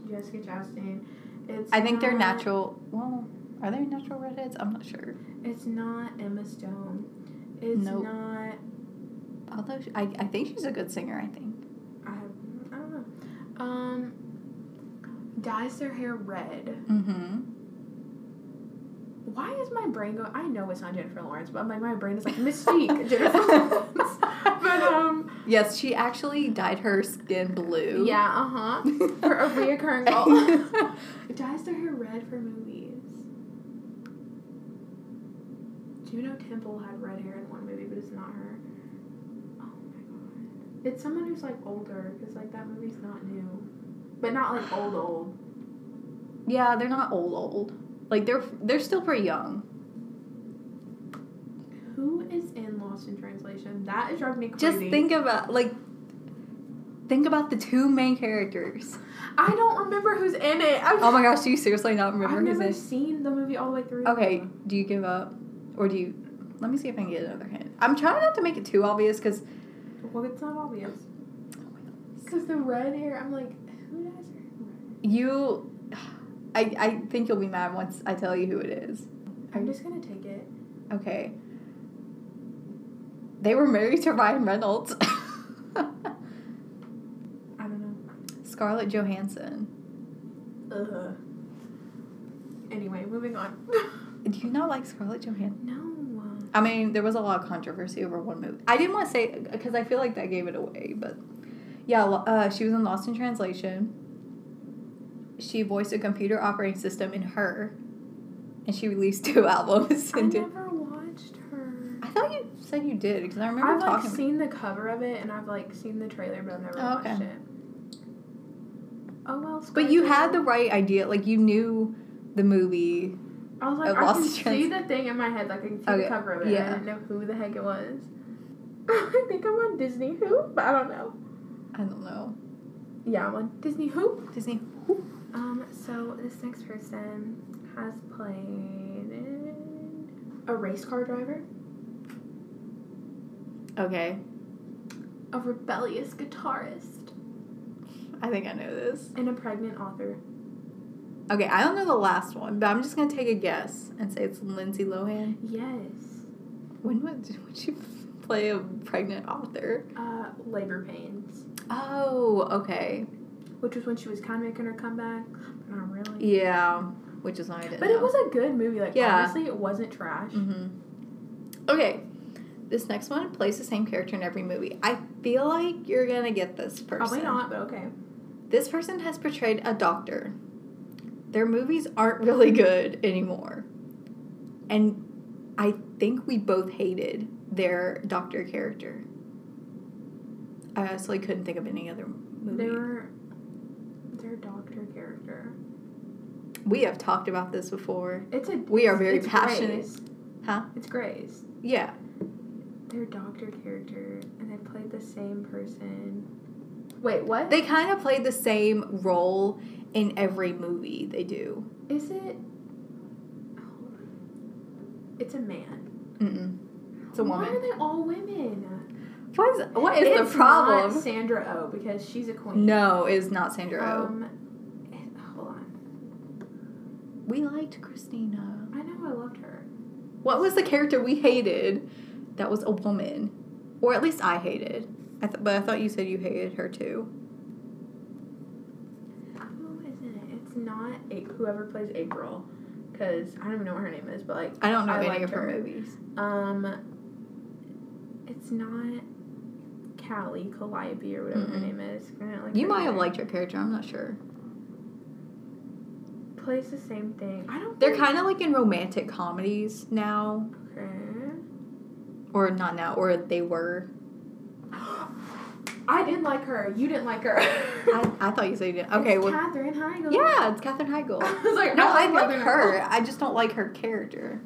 Speaker 2: Jessica Chastain. It's
Speaker 1: I think they're
Speaker 2: not-
Speaker 1: natural. Well, are they natural redheads? I'm not sure.
Speaker 2: It's not Emma Stone. It's
Speaker 1: Nope.
Speaker 2: not
Speaker 1: Although she, I, I think she's a good singer, I think.
Speaker 2: I, I don't know. Um, dyes their hair red.
Speaker 1: Mm-hmm.
Speaker 2: Why is my brain going? I know it's not Jennifer Lawrence, but my, my brain is like Mystique, Jennifer Lawrence. But um,
Speaker 1: Yes, she actually dyed her skin blue.
Speaker 2: yeah, uh huh. For a reoccurring role. dyes their hair red for movies. Juno Temple had red hair in one movie, but it's not her. Oh my god! It's someone who's like older, because like that movie's not new, but not like old old.
Speaker 1: yeah, they're not old old. Like they're they're still pretty young.
Speaker 2: Who is in Lost in Translation? That is driving me crazy.
Speaker 1: Just think about like think about the two main characters.
Speaker 2: I don't remember who's in it. i
Speaker 1: Oh my gosh, do you seriously not
Speaker 2: I've
Speaker 1: remember who's
Speaker 2: never
Speaker 1: in?
Speaker 2: seen the movie all the way through.
Speaker 1: Okay, do you give up or do you? Let me see if I can get another hint. I'm trying not to make it too obvious because
Speaker 2: Well, it's not obvious. Because the red hair, I'm like, who does her red?
Speaker 1: you, I I think you'll be mad once I tell you who it is.
Speaker 2: I'm just gonna take it.
Speaker 1: Okay. They were married to Ryan Reynolds.
Speaker 2: I don't
Speaker 1: Scarlett Johansson.
Speaker 2: know. Ugh. Anyway, moving on.
Speaker 1: Do you not like Scarlett Johansson?
Speaker 2: no.
Speaker 1: I mean, there was a lot of controversy over one movie. I didn't want to say because I feel like that gave it away, but yeah, lo- uh, she was in Lost in Translation. She voiced a computer operating system in her, and she released two albums.
Speaker 2: I
Speaker 1: And did-
Speaker 2: never watched her.
Speaker 1: I thought you said you did because I remember
Speaker 2: I've like
Speaker 1: talking.
Speaker 2: seen the cover of it and I've like seen the trailer, but I've never
Speaker 1: Oh, okay.
Speaker 2: watched it. Oh well.
Speaker 1: but
Speaker 2: Scarlett
Speaker 1: you had the
Speaker 2: Johansson.
Speaker 1: right idea, like you knew the movie.
Speaker 2: I was like,
Speaker 1: of
Speaker 2: I
Speaker 1: Lost
Speaker 2: can
Speaker 1: in
Speaker 2: see the thing in my head, like I can see
Speaker 1: Okay,
Speaker 2: the cover of it.
Speaker 1: yeah.
Speaker 2: I didn't know who the heck it was. I think I'm on Disney Who, but I don't know.
Speaker 1: I don't know
Speaker 2: Yeah, I'm on Disney Who.
Speaker 1: Disney.
Speaker 2: Um, so this next person has played in a race car driver,
Speaker 1: Okay,
Speaker 2: a rebellious guitarist,
Speaker 1: I think I know this.
Speaker 2: and a pregnant author.
Speaker 1: Okay, I don't know the last one, but I'm just gonna take a guess and say it's Lindsay Lohan.
Speaker 2: Yes.
Speaker 1: When would, would you play a pregnant author?
Speaker 2: Uh, labor pains,
Speaker 1: Oh, okay.
Speaker 2: which was when she was kind of making her comeback, but not really.
Speaker 1: Yeah, which is why I didn't.
Speaker 2: But it was a good movie. Like
Speaker 1: Yeah.
Speaker 2: honestly, it wasn't trash.
Speaker 1: hmm Okay, this next one plays the same character in every movie. I feel like you're gonna get this person.
Speaker 2: Probably not, but okay.
Speaker 1: This person has portrayed a doctor. Their movies aren't really good anymore. And I think we both hated their doctor character. Uh, I honestly couldn't think of any other movie.
Speaker 2: Their their doctor character.
Speaker 1: We have talked about this before.
Speaker 2: It's a
Speaker 1: We are very
Speaker 2: it's
Speaker 1: passionate.
Speaker 2: Grace.
Speaker 1: Huh?
Speaker 2: It's Grace.
Speaker 1: Yeah.
Speaker 2: Their doctor character, and they played the same person. Wait, what?
Speaker 1: They kind of play the same role in every movie they do.
Speaker 2: Is it? Oh. It's a man.
Speaker 1: Mm-mm. It's a
Speaker 2: Why
Speaker 1: woman.
Speaker 2: are they all women?
Speaker 1: What is, what is
Speaker 2: it's
Speaker 1: the problem?
Speaker 2: Not Sandra O oh because she's a queen.
Speaker 1: no, it is not Sandra Oh.
Speaker 2: Um, it- hold on.
Speaker 1: We liked Christina.
Speaker 2: I know I loved her.
Speaker 1: What was the character we hated that was a woman? Or at least I hated. I th- but I thought you said you hated her too.
Speaker 2: Who is in it? It's not a- whoever plays April, because I don't even know what her name is. But like,
Speaker 1: I don't know
Speaker 2: I
Speaker 1: any
Speaker 2: liked
Speaker 1: of her,
Speaker 2: her.
Speaker 1: movies.
Speaker 2: Um, it's not Callie Calliope or whatever her
Speaker 1: Mm-mm.
Speaker 2: name is. I don't like
Speaker 1: You
Speaker 2: her
Speaker 1: might have
Speaker 2: either.
Speaker 1: liked her character, I'm not sure.
Speaker 2: plays the same thing. I don't.
Speaker 1: They're
Speaker 2: think-
Speaker 1: kind of like in romantic comedies now.
Speaker 2: Okay.
Speaker 1: Or not now, or they were.
Speaker 2: I didn't like her. You didn't like her.
Speaker 1: I, I thought you said you did. Okay,
Speaker 2: It's
Speaker 1: well,
Speaker 2: Catherine Heigl.
Speaker 1: yeah, it's Katherine
Speaker 2: I
Speaker 1: Heigl.
Speaker 2: was like,
Speaker 1: No, I
Speaker 2: like
Speaker 1: like her. I just don't like her character.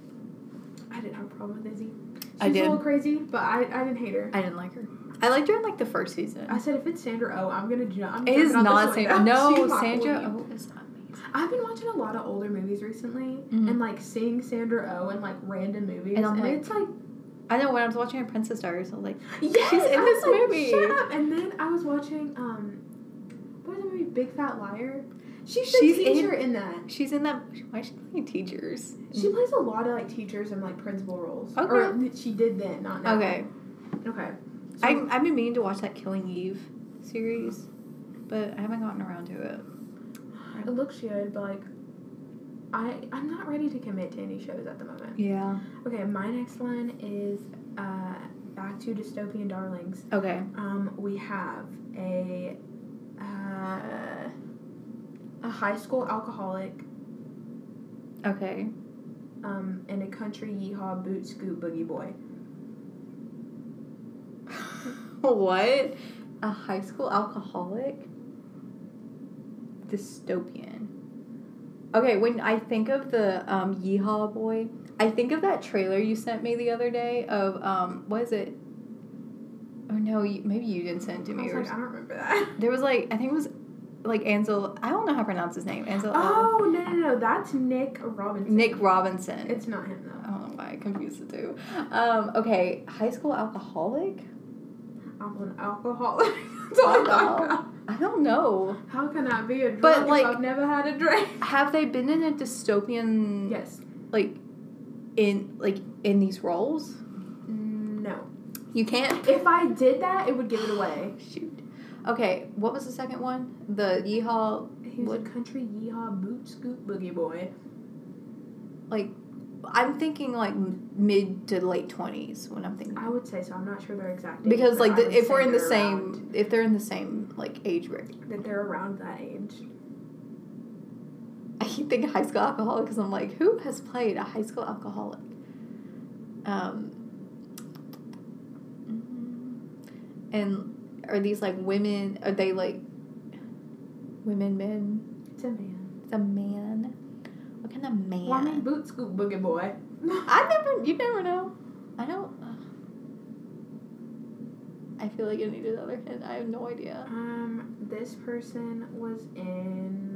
Speaker 2: I didn't have a problem with Izzy. She's
Speaker 1: I
Speaker 2: a
Speaker 1: did.
Speaker 2: little crazy, but I, I didn't hate her.
Speaker 1: I didn't like her. I liked her in like the first season.
Speaker 2: I said if it's Sandra Oh, I'm gonna jump. I'm
Speaker 1: It is
Speaker 2: jumping out
Speaker 1: not
Speaker 2: this
Speaker 1: Sandra.
Speaker 2: window.
Speaker 1: No,
Speaker 2: She's my
Speaker 1: Sandra.
Speaker 2: queen.
Speaker 1: Oh, it's not amazing.
Speaker 2: I've been watching a lot of older movies recently,
Speaker 1: Mhm.
Speaker 2: and like seeing Sandra Oh in like random movies,
Speaker 1: And
Speaker 2: and,
Speaker 1: I'm like-
Speaker 2: it's like,
Speaker 1: I know when I was watching Princess Diaries, I was like,
Speaker 2: yes,
Speaker 1: She's in
Speaker 2: I
Speaker 1: this
Speaker 2: was like,
Speaker 1: movie.
Speaker 2: Shut up! And then I was watching um, what was the movie Big Fat Liar? She's the
Speaker 1: She's in-
Speaker 2: teacher in, that.
Speaker 1: she's in that. Why is she playing teachers?
Speaker 2: She plays a lot of like teachers and like principal roles, or
Speaker 1: Mm. Okay.
Speaker 2: she did then, not now.
Speaker 1: Okay.
Speaker 2: okay. So-
Speaker 1: I, I've been meaning to watch that Killing Eve series, but I haven't gotten around to it.
Speaker 2: It looks good, but like, I I'm not ready to commit to any shows at the moment.
Speaker 1: Yeah.
Speaker 2: Okay, my next one is uh, back to dystopian darlings.
Speaker 1: Okay.
Speaker 2: Um, we have a uh, a high school alcoholic
Speaker 1: Okay.
Speaker 2: um, and a country yeehaw boot scoot boogie boy.
Speaker 1: what? A high school alcoholic? Dystopian. Okay, when I think of the um, Yeehaw Boy, I think of that trailer you sent me the other day of, um, what is it? Or no, you, maybe you didn't send it to
Speaker 2: I
Speaker 1: me.
Speaker 2: was
Speaker 1: or
Speaker 2: like, I don't remember that.
Speaker 1: There was like, I think it was like Ansel, I don't know how to pronounce his name. Ansel Elgort.
Speaker 2: Oh no no no, that's Nick Robinson.
Speaker 1: Nick Robinson.
Speaker 2: It's not him
Speaker 1: I
Speaker 2: though.
Speaker 1: don't know why I confused the two. Um, okay, high school alcoholic?
Speaker 2: I'm an alcoholic. that's all I thought about.
Speaker 1: I don't know.
Speaker 2: How can I be a drunk
Speaker 1: But,
Speaker 2: if
Speaker 1: like-
Speaker 2: I've never had a drink?
Speaker 1: Have they been in a dystopian
Speaker 2: Yes.
Speaker 1: like in like in these roles?
Speaker 2: No.
Speaker 1: You can't
Speaker 2: If I did that, it would give it away.
Speaker 1: shoot. Okay, what was the second one? The yeehaw
Speaker 2: He was a
Speaker 1: What?
Speaker 2: country yeehaw boot scoop boogie boy.
Speaker 1: like I'm thinking like m- mid to late twenties when I'm thinking
Speaker 2: I would say so. I'm not sure their exact. Age,
Speaker 1: because
Speaker 2: but
Speaker 1: like
Speaker 2: I
Speaker 1: the,
Speaker 2: would
Speaker 1: if
Speaker 2: say
Speaker 1: we're in the
Speaker 2: they're around-
Speaker 1: same if they're in the same like age range,
Speaker 2: that they're around that age.
Speaker 1: I keep thinking high school alcoholic because I'm like who has played a high school alcoholic? Um, mm-hmm. and are these like women? Are they like women, men?
Speaker 2: It's a man.
Speaker 1: The man. What kind of man?
Speaker 2: Well, I mean, boot scoop boogie boy.
Speaker 1: I never. You never know. I don't. I feel like I need another hint. I have no idea.
Speaker 2: um, this person was in.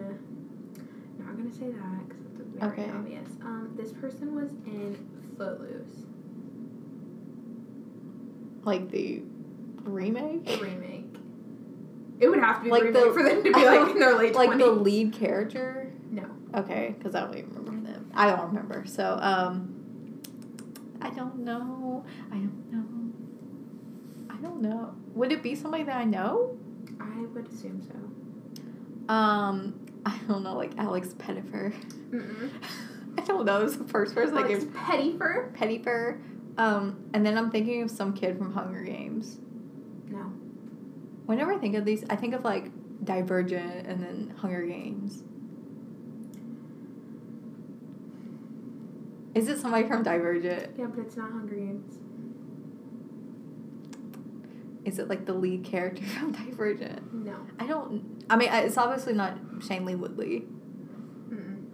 Speaker 2: Not gonna say that because it's very
Speaker 1: Okay.
Speaker 2: obvious. Um, this person was in Footloose,
Speaker 1: Like the remake.
Speaker 2: the remake. It would have to be
Speaker 1: Like
Speaker 2: the remake
Speaker 1: the-
Speaker 2: for them to be like in their late
Speaker 1: Like the
Speaker 2: twenties.
Speaker 1: lead character.
Speaker 2: no,
Speaker 1: Okay, because I don't even remember them. I don't remember. So um. I don't know. I don't know. I don't know. Would it be somebody that I know?
Speaker 2: I would assume so.
Speaker 1: Um, I don't know, like Alex Pettifer.
Speaker 2: Mm-mm.
Speaker 1: I don't know. It was the first person I
Speaker 2: Alex
Speaker 1: gave
Speaker 2: Pettifer.
Speaker 1: Pettifer. Um, and then I'm thinking of some kid from Hunger Games.
Speaker 2: No,
Speaker 1: Whenever I think of these, I think of like Divergent and then Hunger Games. Is it somebody from Divergent?
Speaker 2: yeah, but it's not Hunger Games.
Speaker 1: Is it like the lead character from Divergent?
Speaker 2: No.
Speaker 1: I don't. I mean, I- it's obviously not Shane Lee Woodley.
Speaker 2: Mm-mm.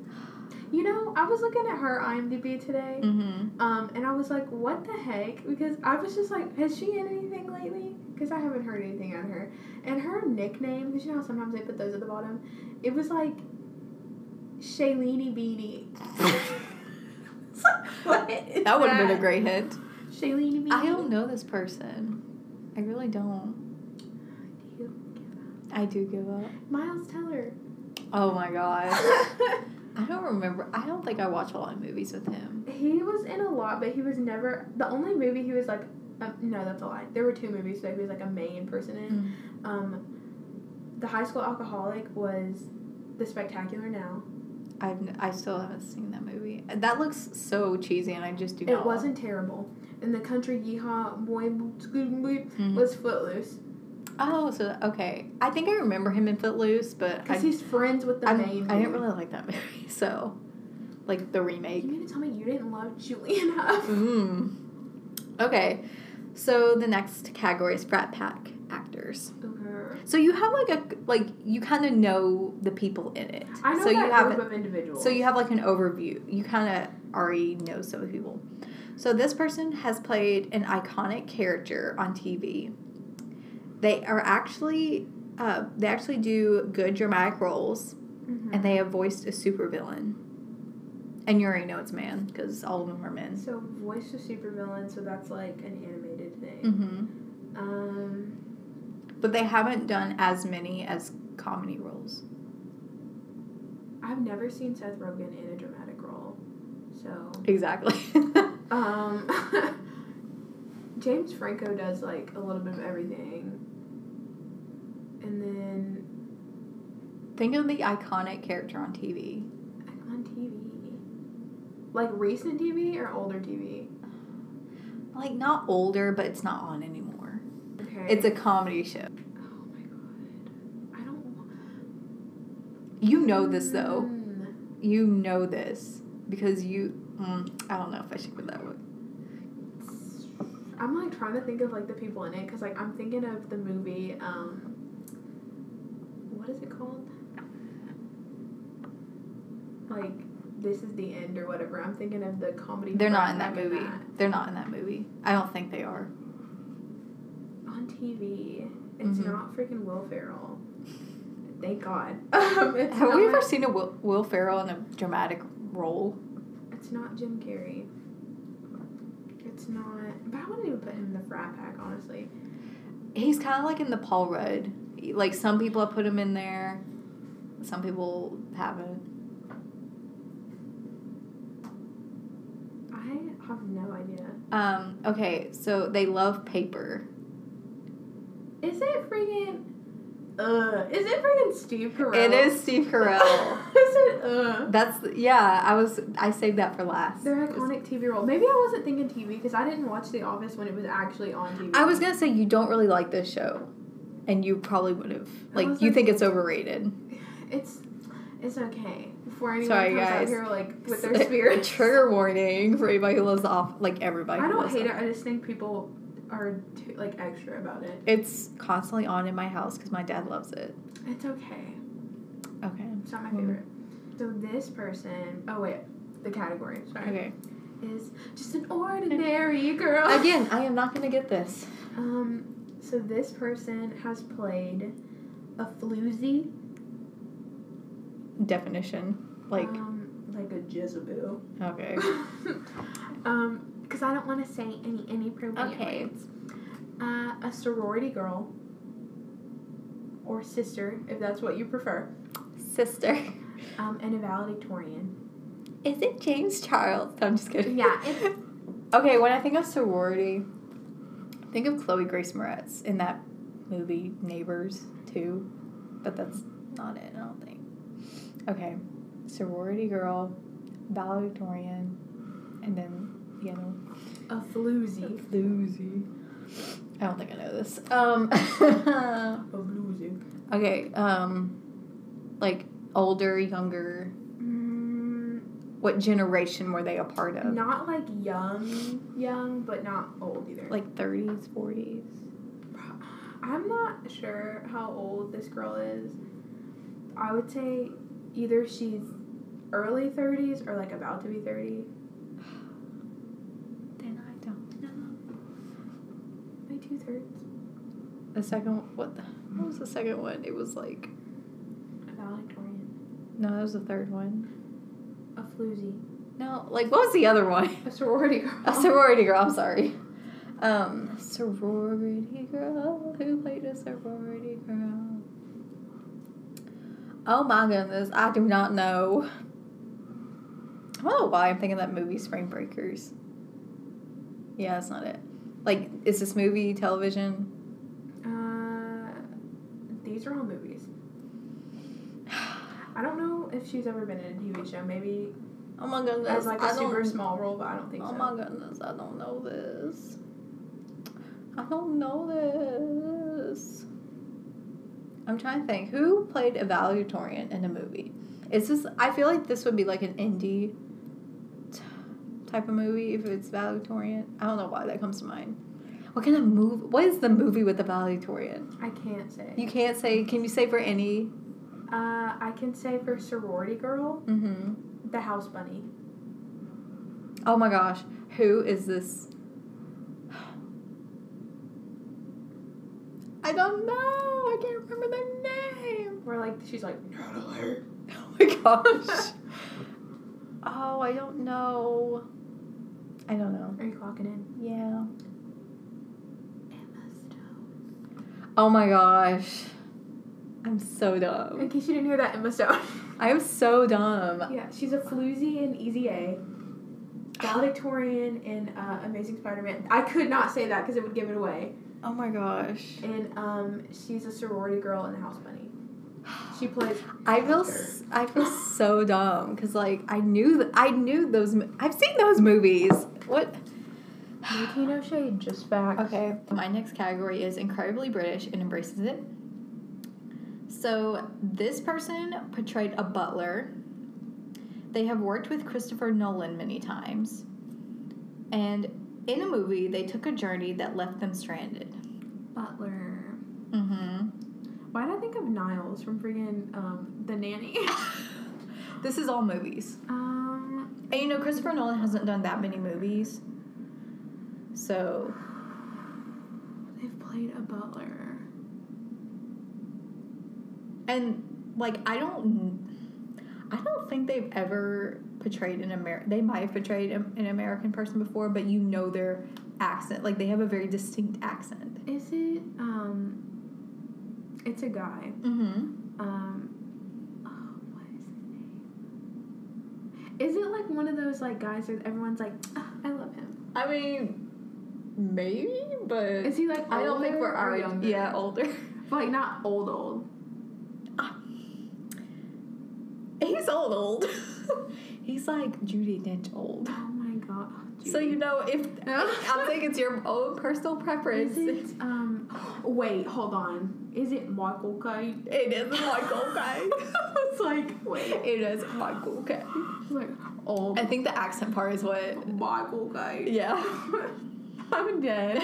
Speaker 2: You know, I was looking at her IMDb today,
Speaker 1: Mm-hmm.
Speaker 2: um, and I was like, "What the heck?" Because I was just like, "Has she in anything lately?" Because I haven't heard anything on her. And her nickname, because you know how sometimes they put those at the bottom, it was like Shailene Beanie. what is
Speaker 1: That would have been a great hint.
Speaker 2: Shailene Beanie.
Speaker 1: I don't know this person. I really don't. I do give up.
Speaker 2: Miles Teller.
Speaker 1: Oh my god. I don't remember. I don't think I watch a lot of movies with him.
Speaker 2: He was in a lot, but he was never the only movie he was like. Um, no, that's a lie. There were two movies that he was like a main person
Speaker 1: Mm-hmm.
Speaker 2: in. Um, the high school alcoholic was the spectacular. Now
Speaker 1: I've n- I still haven't seen that movie. That looks so cheesy, and I just do.
Speaker 2: it
Speaker 1: not
Speaker 2: wasn't terrible. And the country yeehaw boy boots, good boy
Speaker 1: Mhm.
Speaker 2: was footloose
Speaker 1: Oh, so okay. I think I remember him in Footloose, but I,
Speaker 2: because he's friends with the
Speaker 1: I'm-
Speaker 2: main.
Speaker 1: I didn't
Speaker 2: dude.
Speaker 1: really like that movie. So, like the remake.
Speaker 2: You mean to tell me you didn't love Julian Huff?
Speaker 1: Mm. Okay, so the next category is Brat Pack actors.
Speaker 2: Okay.
Speaker 1: So you have like a like you kind of know the people in it.
Speaker 2: I know
Speaker 1: so
Speaker 2: that
Speaker 1: you have
Speaker 2: group of individuals.
Speaker 1: So you have like an overview. You kind of already know some people. So this person has played an iconic character on TV. They are actually uh, they actually do good dramatic roles,
Speaker 2: Mhm.
Speaker 1: and they have voiced a supervillain. And you already know it's man because all of them are men.
Speaker 2: so voice of supervillain. So that's like an animated thing.
Speaker 1: hmm
Speaker 2: Um,
Speaker 1: But they haven't done as many as comedy roles.
Speaker 2: I've never seen Seth Rogen in a dramatic role, so
Speaker 1: Exactly.
Speaker 2: um, James Franco does like a little bit of everything. And then
Speaker 1: Think of the iconic character on TV.
Speaker 2: on TV. Like recent TV or older TV?
Speaker 1: Like, not older, but it's not on anymore.
Speaker 2: Okay.
Speaker 1: It's a comedy show.
Speaker 2: Oh my god. I don't want
Speaker 1: You know this, though.
Speaker 2: Hmm.
Speaker 1: You know this because you. Mm, I don't know if I should put that one.
Speaker 2: I'm like trying to think of like the people in it because like I'm thinking of the movie. Um, what is it called? Like this is the end or whatever. I'm thinking of the comedy.
Speaker 1: They're not
Speaker 2: track
Speaker 1: in that
Speaker 2: back in
Speaker 1: movie.
Speaker 2: that.
Speaker 1: They're not in that movie. I don't think they are.
Speaker 2: On TV, it's
Speaker 1: Mhm.
Speaker 2: not freaking Will Ferrell. Thank God. Um, it's
Speaker 1: Have
Speaker 2: not
Speaker 1: we ever seen a Will, Will Ferrell in a dramatic role?
Speaker 2: It's not Jim Carrey. It's not. But I wouldn't even put him in the frat pack, honestly.
Speaker 1: He's kind of like in the Paul Rudd. Like some people have put him in there, some people haven't.
Speaker 2: I have no idea.
Speaker 1: Um, okay, so they love paper.
Speaker 2: Is it freaking? Uh, is it freaking Steve Carell?
Speaker 1: It is Steve
Speaker 2: is
Speaker 1: Carell.
Speaker 2: it? Uh.
Speaker 1: That's yeah. I was I saved that for last.
Speaker 2: Their iconic TV role. Maybe I wasn't thinking TV because I didn't watch The Office when it was actually on TV.
Speaker 1: I was gonna say you don't really like this show, and you probably would have like you think it's overrated.
Speaker 2: It's. It's okay. Before anyone
Speaker 1: Sorry,
Speaker 2: comes out
Speaker 1: guys.
Speaker 2: here like with their spirit.
Speaker 1: Trigger warning for anybody who loves the off. Like everybody.
Speaker 2: I
Speaker 1: who
Speaker 2: don't
Speaker 1: loves
Speaker 2: hate
Speaker 1: The
Speaker 2: it. I just think people are too like extra about it.
Speaker 1: It's constantly on in my house because my dad loves it.
Speaker 2: It's okay.
Speaker 1: Okay.
Speaker 2: It's not my
Speaker 1: Mhm.
Speaker 2: favorite. So this person, oh wait, the category, sorry,
Speaker 1: Okay.
Speaker 2: is just an ordinary girl.
Speaker 1: Again, I am not gonna get this.
Speaker 2: Um, so this person has played a floozy,
Speaker 1: Definition. Like
Speaker 2: um, like a Jezebel.
Speaker 1: okay.
Speaker 2: um, because I don't want to say any inappropriate
Speaker 1: Okay.
Speaker 2: words. Uh, a sorority girl. Or sister, if that's what you prefer.
Speaker 1: Sister.
Speaker 2: Um, and a valedictorian.
Speaker 1: Is it James Charles? I'm just kidding.
Speaker 2: Yeah, it's-
Speaker 1: okay, when I think of sorority, I think of Chloe Grace Moretz in that movie Neighbors too, but that's not it. I don't think. Okay, sorority girl, valedictorian, and then the other one.
Speaker 2: A floozy.
Speaker 1: Floozy. I don't think I know this. Um.
Speaker 2: A floozy.
Speaker 1: okay. Um, like older, younger.
Speaker 2: Mm,
Speaker 1: What generation were they a part of?
Speaker 2: Not like young, young, but not old either.
Speaker 1: Like thirties, forties.
Speaker 2: I'm not sure how old this girl is. I would say either she's early 30s or like about to be 30.
Speaker 1: Then I don't know.
Speaker 2: My two thirds.
Speaker 1: The second what the what was the second one? It was like
Speaker 2: A valedictorian.
Speaker 1: no, that was the third one.
Speaker 2: A floozy.
Speaker 1: No, like what was the other one?
Speaker 2: A sorority girl.
Speaker 1: A sorority girl. I'm sorry. Um, sorority girl who played a sorority girl. Oh my goodness, I do not know. I don't know why I'm thinking of that movie Spring Breakers. Yeah, that's not it. Like, is this movie television?
Speaker 2: Uh, these are all movies. I don't know if she's ever been in a TV show. Maybe
Speaker 1: Oh my goodness,
Speaker 2: as like a
Speaker 1: I don't-
Speaker 2: super small role, but I don't think
Speaker 1: Oh
Speaker 2: so.
Speaker 1: my goodness, I don't know this. I don't know this. I'm trying to think. Who played a valedictorian in a movie? Is this, I feel like this would be like an indie t- type of movie if it's valedictorian. I don't know why that comes to mind. What kind of movie? What is the movie with the valedictorian?
Speaker 2: I can't say.
Speaker 1: You can't say, can you say for any?
Speaker 2: Uh, I can say for sorority girl,
Speaker 1: Mm hmm.
Speaker 2: the house bunny.
Speaker 1: Oh my gosh, who is this? I don't know. I can't remember their name.
Speaker 2: Where like she's like nerd alert.
Speaker 1: Oh my gosh. oh, I don't know. I don't know.
Speaker 2: Are you clocking in?
Speaker 1: Yeah.
Speaker 2: Emma Stone.
Speaker 1: Oh my gosh. I'm so
Speaker 2: In
Speaker 1: dumb.
Speaker 2: case you didn't hear that, Emma Stone.
Speaker 1: I am so dumb.
Speaker 2: yeah, she's a floozy and easy A. valedictorian in uh, Amazing Spider-Man. I could not say that because it would give it away.
Speaker 1: Oh my gosh.
Speaker 2: And um, she's a sorority girl in the House Bunny. She plays.
Speaker 1: I feel s- I feel so dumb because like I knew th- I knew those mo- I've seen those movies. What?
Speaker 2: Latino shade, just facts.
Speaker 1: Okay. My next category is incredibly British and embraces it. So this person portrayed a butler. They have worked with Christopher Nolan many times, and in a movie they took a journey that left them stranded.
Speaker 2: Butler.
Speaker 1: Mm-hmm.
Speaker 2: Why did I think of Niles from friggin' um, The Nanny?
Speaker 1: This is all movies.
Speaker 2: um,
Speaker 1: And you know, Christopher Nolan hasn't done that many movies. So,
Speaker 2: they've played a butler.
Speaker 1: and like, I don't, I don't think they've ever portrayed an American. They might have portrayed an an American person before, but you know their accent. Like, they have a very distinct accent.
Speaker 2: Is it? Um, it's a guy.
Speaker 1: Mm-hmm.
Speaker 2: Um, oh, what is his name? Is it like one of those like guys that everyone's like, "Ah, I love him?
Speaker 1: I mean, maybe, but
Speaker 2: Is he like?
Speaker 1: I don't think
Speaker 2: older
Speaker 1: we're
Speaker 2: or
Speaker 1: our
Speaker 2: younger?
Speaker 1: yeah older.
Speaker 2: like not old old.
Speaker 1: He's old, old. He's like Judy Dench old.
Speaker 2: Oh my god. Oh,
Speaker 1: So you
Speaker 2: dude.
Speaker 1: know, if I'm saying it's your own personal preference,
Speaker 2: Is it um? Wait, hold on. Is it Michael Caine?
Speaker 1: it is Michael Caine.
Speaker 2: it's like wait,
Speaker 1: it is Michael Caine.
Speaker 2: it's like old
Speaker 1: I think the accent part is what.
Speaker 2: Michael Caine.
Speaker 1: Yeah,
Speaker 2: I'm dead.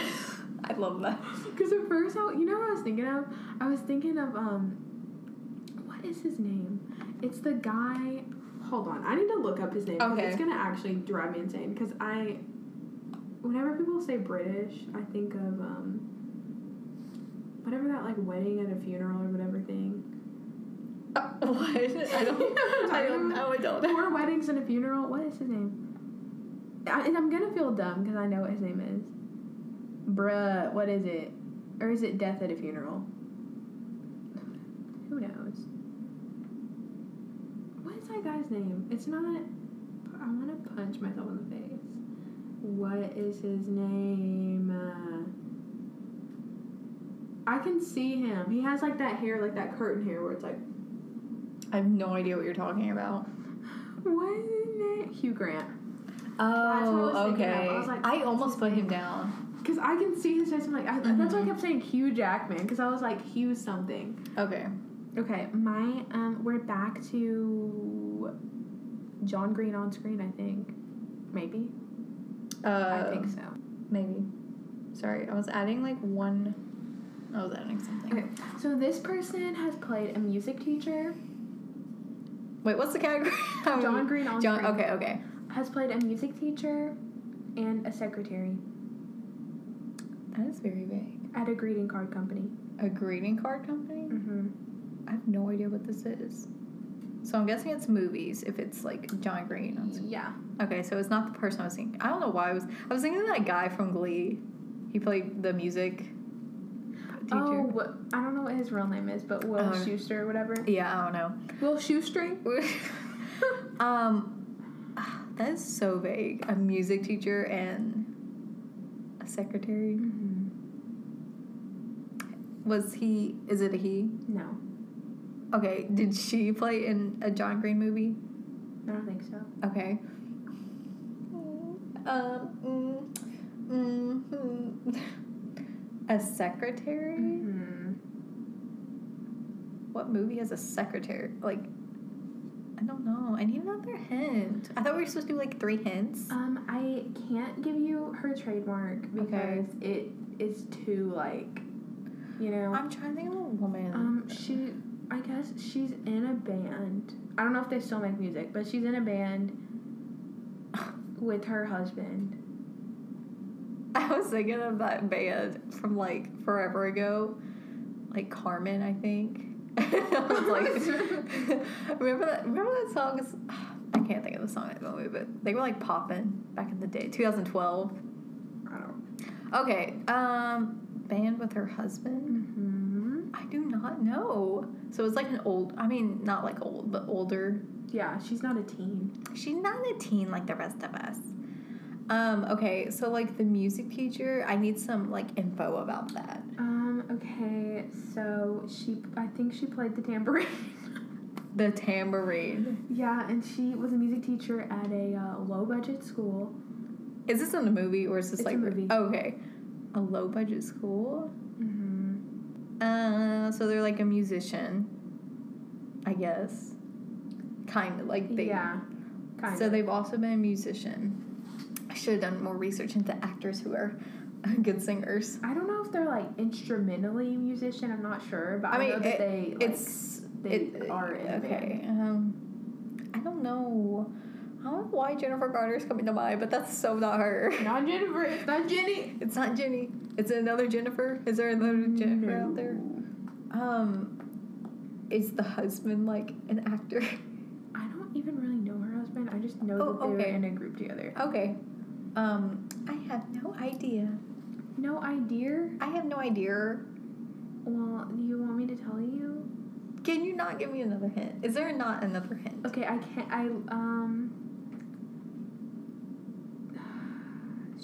Speaker 1: I love that.
Speaker 2: Because at first, I, you know what I was thinking of? I was thinking of, um, what is his name? It's the guy. Hold on, I need to look up his name. 'cause
Speaker 1: Okay.
Speaker 2: It's gonna actually drive me insane because I, whenever people say British, I think of, um, whatever that like wedding at a funeral or whatever thing.
Speaker 1: Uh, what? I don't. I don't know. I don't. know.
Speaker 2: Four weddings and a funeral. What is his name? I, and I'm gonna feel dumb because I know what his name is. Bruh, what is it? Or is it death at a funeral? Who knows? What is that guy's name? It's not. I want to punch myself in the face. What is his name? Uh, I can see him. He has like that hair, like that curtain hair, where it's like.
Speaker 1: I have no idea what you're talking about.
Speaker 2: What is his name? Hugh Grant. what I
Speaker 1: Oh,
Speaker 2: was thinking of. I
Speaker 1: okay.
Speaker 2: was like,
Speaker 1: I almost put him down.
Speaker 2: Because I can see his face. I'm like, I, that's why I
Speaker 1: Mhm.
Speaker 2: kept saying Hugh Jackman. Because I was like, Hugh something.
Speaker 1: Okay.
Speaker 2: Okay, my um, we're back to John Green on screen. I think, maybe.
Speaker 1: Uh,
Speaker 2: I think so.
Speaker 1: maybe. Sorry, I was adding like one. I was adding something.
Speaker 2: Okay, so this person has played a music teacher.
Speaker 1: Wait, what's the category?
Speaker 2: Oh. John Green on
Speaker 1: John.
Speaker 2: screen
Speaker 1: Okay. Okay.
Speaker 2: has played a music teacher and a secretary
Speaker 1: That is very vague.
Speaker 2: at a greeting card company.
Speaker 1: A greeting card company?
Speaker 2: Mm-hmm.
Speaker 1: I have no idea what this is. So I'm guessing it's movies if it's like John Green. on sc-
Speaker 2: Yeah.
Speaker 1: Okay, so it's not the person I was thinking. I don't know why I was. I was thinking of that guy from Glee. He played the music
Speaker 2: Oh,
Speaker 1: teacher.
Speaker 2: what, I don't know what his real name is, but Will
Speaker 1: Uh,
Speaker 2: Schuster or whatever.
Speaker 1: Yeah, I don't
Speaker 2: Uh-huh. Will Shoestring.
Speaker 1: know. um, ah, that is so vague. A music teacher and a secretary.
Speaker 2: mm-hmm.
Speaker 1: Was he? Is it a he?
Speaker 2: No.
Speaker 1: Okay. Did she play in a John Green movie?
Speaker 2: I don't think so.
Speaker 1: Okay. Mm, Um, mm, mm, mm. A secretary? What movie has a secretary? Like, I don't know. I need another hint. I thought we were supposed to do like three hints.
Speaker 2: Um, I can't give you her trademark
Speaker 1: Okay.
Speaker 2: because it is too like, you know.
Speaker 1: Um, I'm trying to think of a woman.
Speaker 2: um, she. I guess she's in a band. I don't know if they still make music, but she's in a band with her husband.
Speaker 1: I was thinking of that band from like forever ago, like Carmen, I think. I was like, remember that? Remember that song? It's- I can't think of the song at the moment, but they were like popping back in the day, 2012.
Speaker 2: I don't.
Speaker 1: Okay, um, band with her husband.
Speaker 2: hmm
Speaker 1: I do not know. So it's like an old. I mean, not like old, but older.
Speaker 2: Yeah, she's not a teen.
Speaker 1: She's not a teen like the rest of us. Um, okay, so like the music teacher, I need some like info about that.
Speaker 2: Um, okay, so she, I think she played the tambourine.
Speaker 1: The tambourine.
Speaker 2: yeah, and she was a music teacher at a uh, low budget school.
Speaker 1: Is this in the movie or is this
Speaker 2: It's
Speaker 1: like
Speaker 2: a movie.
Speaker 1: okay. A low budget school?
Speaker 2: Mm-hmm.
Speaker 1: Uh so they're like a musician, I guess. Kind of like they
Speaker 2: yeah, kind
Speaker 1: so
Speaker 2: of.
Speaker 1: they've also been a musician. I should have done more research into actors who are good singers.
Speaker 2: I don't know if they're like instrumentally musician. I'm not sure, but I,
Speaker 1: I mean,
Speaker 2: know that
Speaker 1: it-
Speaker 2: they. Like,
Speaker 1: it's
Speaker 2: they are in a
Speaker 1: okay. Um, I don't know. I don't know why Jennifer Garner's coming to mind, but that's so not her.
Speaker 2: not Jennifer. It's not Jenny.
Speaker 1: It's not Jenny. It's another Jennifer. Is there another Jennifer out there? Um, is the husband like an actor?
Speaker 2: I don't even really know her husband. I just know
Speaker 1: Oh,
Speaker 2: that they were
Speaker 1: okay.
Speaker 2: in a group together.
Speaker 1: Okay. Um, I have no idea.
Speaker 2: No idea.
Speaker 1: I have no idea.
Speaker 2: Well, you want me to tell you?
Speaker 1: Can you not give me another hint? Is there not another hint?
Speaker 2: Okay, I can't. I um.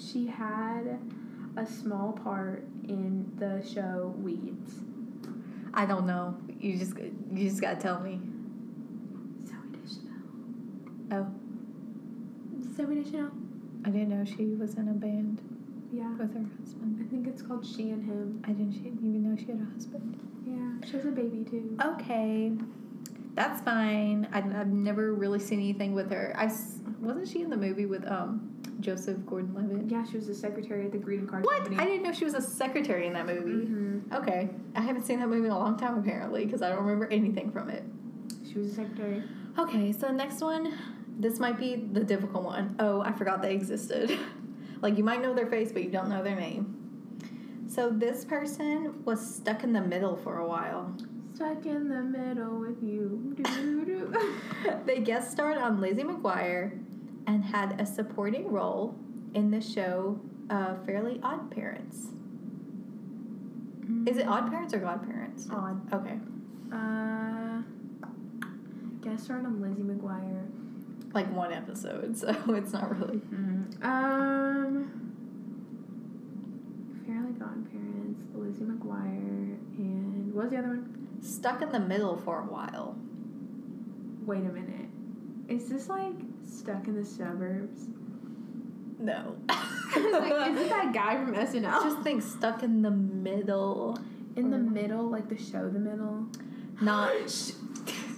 Speaker 2: She had a small part in the show Weeds.
Speaker 1: I don't know. You just you just gotta tell me.
Speaker 2: Zoe Deschanel.
Speaker 1: Oh,
Speaker 2: Zoe Deschanel.
Speaker 1: I didn't know she was in a band
Speaker 2: Yeah.
Speaker 1: with her husband.
Speaker 2: I think it's called She and Him.
Speaker 1: I didn't she didn't even know she had a husband.
Speaker 2: Yeah. She has a baby too.
Speaker 1: Okay, that's fine. I, I've never really seen anything with her. I s- wasn't she in the movie with um Joseph Gordon-Levitt.
Speaker 2: Yeah, she was the secretary at the greeting card
Speaker 1: What?
Speaker 2: company.
Speaker 1: I didn't know she was a secretary in that movie.
Speaker 2: hmm
Speaker 1: Okay, I haven't seen that movie in a long time apparently because I don't remember anything from it.
Speaker 2: She was a secretary.
Speaker 1: Okay, so next one, this might be the difficult one. Oh, I forgot they existed. like you might know their face, but you don't know their name. So this person was stuck in the middle for a while.
Speaker 2: Stuck in the middle with you. Doo-doo-doo.
Speaker 1: they guest starred on Lizzie McGuire and had a supporting role in the show uh, Fairly Odd Parents. Is it Odd Parents or Godparents?
Speaker 2: Odd.
Speaker 1: Okay,
Speaker 2: Uh, guest starred on Lizzie McGuire.
Speaker 1: like one episode, so it's not really.
Speaker 2: Mm-hmm. Um, Fairly Godparents, Lizzie McGuire, and what was the other one?
Speaker 1: Stuck in the middle for a while.
Speaker 2: Wait a minute. Is this like Stuck in the Suburbs?
Speaker 1: No.
Speaker 2: like, is it that guy from SNL?
Speaker 1: just think stuck in the middle.
Speaker 2: in the middle, like the show, the middle.
Speaker 1: Not
Speaker 2: Shh.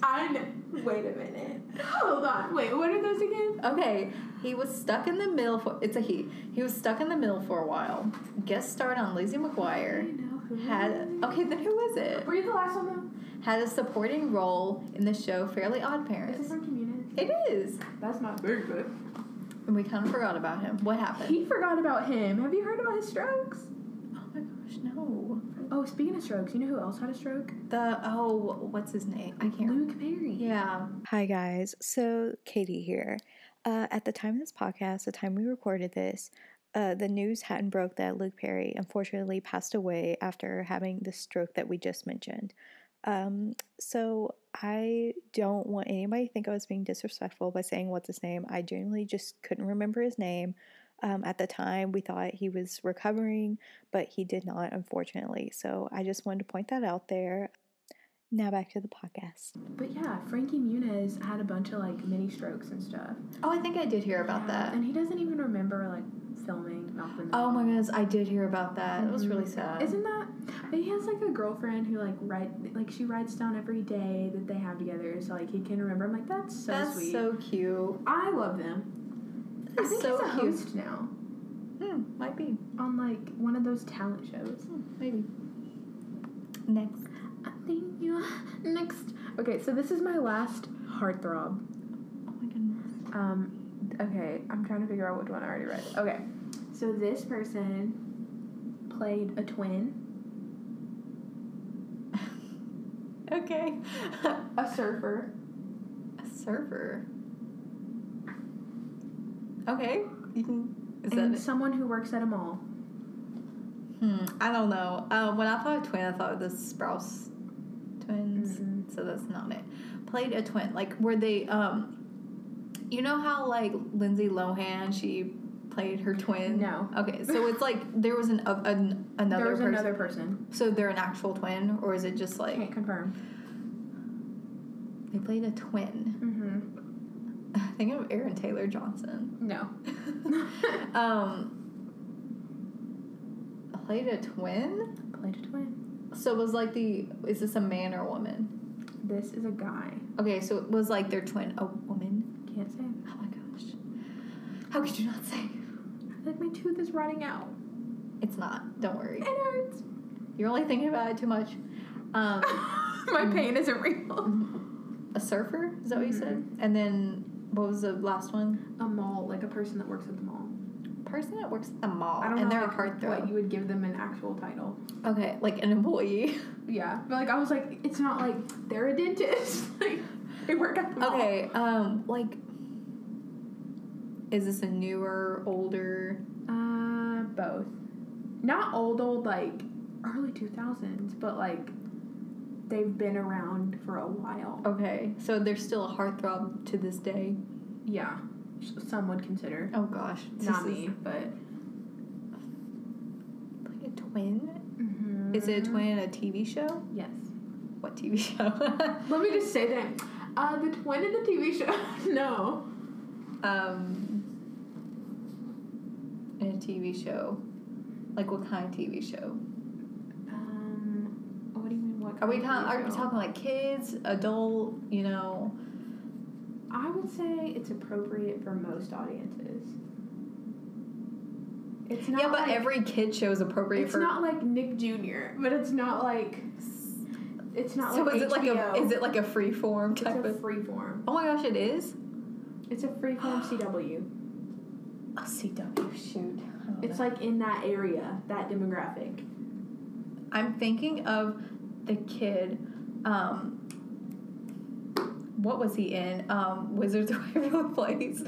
Speaker 2: I know. Wait a minute. Hold on. Wait. What are those again?
Speaker 1: okay. He was stuck in the middle for it's a he. He was stuck in the middle for a while. Guest starred on Lizzie
Speaker 2: I
Speaker 1: McGuire.
Speaker 2: know who.
Speaker 1: Had okay, then who was it?
Speaker 2: Were you the last one
Speaker 1: Had a supporting role in the show Fairly Odd
Speaker 2: though? Is
Speaker 1: Parents.
Speaker 2: this from Community?
Speaker 1: It is,
Speaker 2: That's not very good.
Speaker 1: and we kind of forgot about him. What happened?
Speaker 2: He forgot about him. Have you heard about his strokes?
Speaker 1: Oh my gosh, no.
Speaker 2: Oh, speaking of strokes, you know who else had a stroke?
Speaker 1: The oh, what's his name? I can't. remember.
Speaker 2: Luke Perry.
Speaker 1: Yeah.
Speaker 3: Hi, guys. So, Katie here. Uh, at the time of this podcast, the time we recorded this, uh, the news hadn't broke that Luke Perry unfortunately passed away after having the stroke that we just mentioned. Um, so, I don't want anybody to think I was being disrespectful by saying what's his name. I genuinely just couldn't remember his name. Um, at the time, we thought he was recovering, but he did not, unfortunately. So, I just wanted to point that out there. Now, back to the podcast.
Speaker 2: But yeah, Frankie Muniz had a bunch of like mini strokes and stuff.
Speaker 1: Oh, I think I did hear about
Speaker 2: Yeah,
Speaker 1: that.
Speaker 2: And he doesn't even remember like filming Malcolm. in the
Speaker 1: Oh my goodness, I did hear about that. Mm. It was
Speaker 2: Mhm.
Speaker 1: really sad.
Speaker 2: Isn't that? But he has like a girlfriend who like write like she writes down every day that they have together, so like he can remember. I'm like, that's so
Speaker 1: That's
Speaker 2: sweet.
Speaker 1: so cute.
Speaker 2: I love them. I
Speaker 1: That's
Speaker 2: think
Speaker 1: so
Speaker 2: he's a
Speaker 1: cute.
Speaker 2: host now
Speaker 1: Hmm, might be.
Speaker 2: on like one of those talent shows.
Speaker 1: Hmm, maybe. Next.
Speaker 2: I think you next. Okay, so this is my last heartthrob.
Speaker 1: Oh my goodness.
Speaker 2: Um, okay, I'm trying to figure out which one I already read. Okay, so this person played a twin,
Speaker 1: Okay.
Speaker 2: a surfer,
Speaker 1: a server. Okay. You can. Is
Speaker 2: and
Speaker 1: that it?
Speaker 2: someone who works at a mall.
Speaker 1: Hmm. I don't know. Um, when I thought of twin, I thought of the Sprouse twins.
Speaker 2: Mhm.
Speaker 1: So that's not it. Played a twin. Like, were they. um You know how, like, Lindsay Lohan, she played her twin?
Speaker 2: No.
Speaker 1: Okay, so it's like there was an, of an another
Speaker 2: there was
Speaker 1: person.
Speaker 2: another person.
Speaker 1: So they're an actual twin, or is it just like
Speaker 2: Can't confirm.
Speaker 1: they played a twin?
Speaker 2: Mm-hmm.
Speaker 1: Thinking of Aaron Taylor Johnson.
Speaker 2: No.
Speaker 1: um, played a twin.
Speaker 2: Played a twin.
Speaker 1: So it was like the is this a man or a woman?
Speaker 2: This is a guy.
Speaker 1: Okay, so it was like their twin a woman.
Speaker 2: Can't say.
Speaker 1: Oh my gosh, how could you not say?
Speaker 2: I feel like my tooth is rotting out.
Speaker 1: It's not. Don't worry.
Speaker 2: It hurts.
Speaker 1: You're only thinking about it too much. Um,
Speaker 2: my pain isn't real.
Speaker 1: a surfer is that what you
Speaker 2: Mm-hmm.
Speaker 1: said? And then what was the last one?
Speaker 2: A mall, like a person that works at the mall.
Speaker 1: Person that works at the mall
Speaker 2: I don't
Speaker 1: and
Speaker 2: know
Speaker 1: they're a
Speaker 2: like, what
Speaker 1: heartthrob.
Speaker 2: you would give them an actual title.
Speaker 1: okay, like an employee.
Speaker 2: Yeah, but like I was like, it's not like they're a dentist. like they work at the mall.
Speaker 1: Okay, um, like, is this a newer, older?
Speaker 2: Uh, both. Not old, old like early two thousands, but like they've been around for a while.
Speaker 1: Okay, so they're still a heartthrob to this day.
Speaker 2: Yeah, s- some would consider.
Speaker 1: Oh gosh, this
Speaker 2: Not
Speaker 1: is
Speaker 2: me, but
Speaker 1: Like a twin? Is
Speaker 2: Mm-hmm.
Speaker 1: it a twin? A TV show?
Speaker 2: Yes.
Speaker 1: What TV show?
Speaker 2: Let me just say that uh, the twin in the TV show. no.
Speaker 1: um, in a TV show. Like what kind of TV show?
Speaker 2: Um, what do you mean? What?
Speaker 1: Are we kind
Speaker 2: kind of
Speaker 1: are we
Speaker 2: TV show?
Speaker 1: talking like kids, adult? You know,
Speaker 2: I would say it's appropriate for most audiences. It's not
Speaker 1: yeah, but
Speaker 2: like,
Speaker 1: every kid show is appropriate
Speaker 2: it's
Speaker 1: for.
Speaker 2: not like Nick Jr., but it's not like it's not
Speaker 1: so
Speaker 2: like
Speaker 1: is it like a
Speaker 2: HBO.
Speaker 1: is it like a free form
Speaker 2: it's
Speaker 1: type
Speaker 2: a
Speaker 1: of?
Speaker 2: free form.
Speaker 1: Oh my gosh, it is.
Speaker 2: It's a free form CW.
Speaker 1: Oh, CW shoot.
Speaker 2: It's like in that area, that demographic.
Speaker 1: I'm thinking of the kid. Um, what was he in? Um, Wizards of Waverly Place.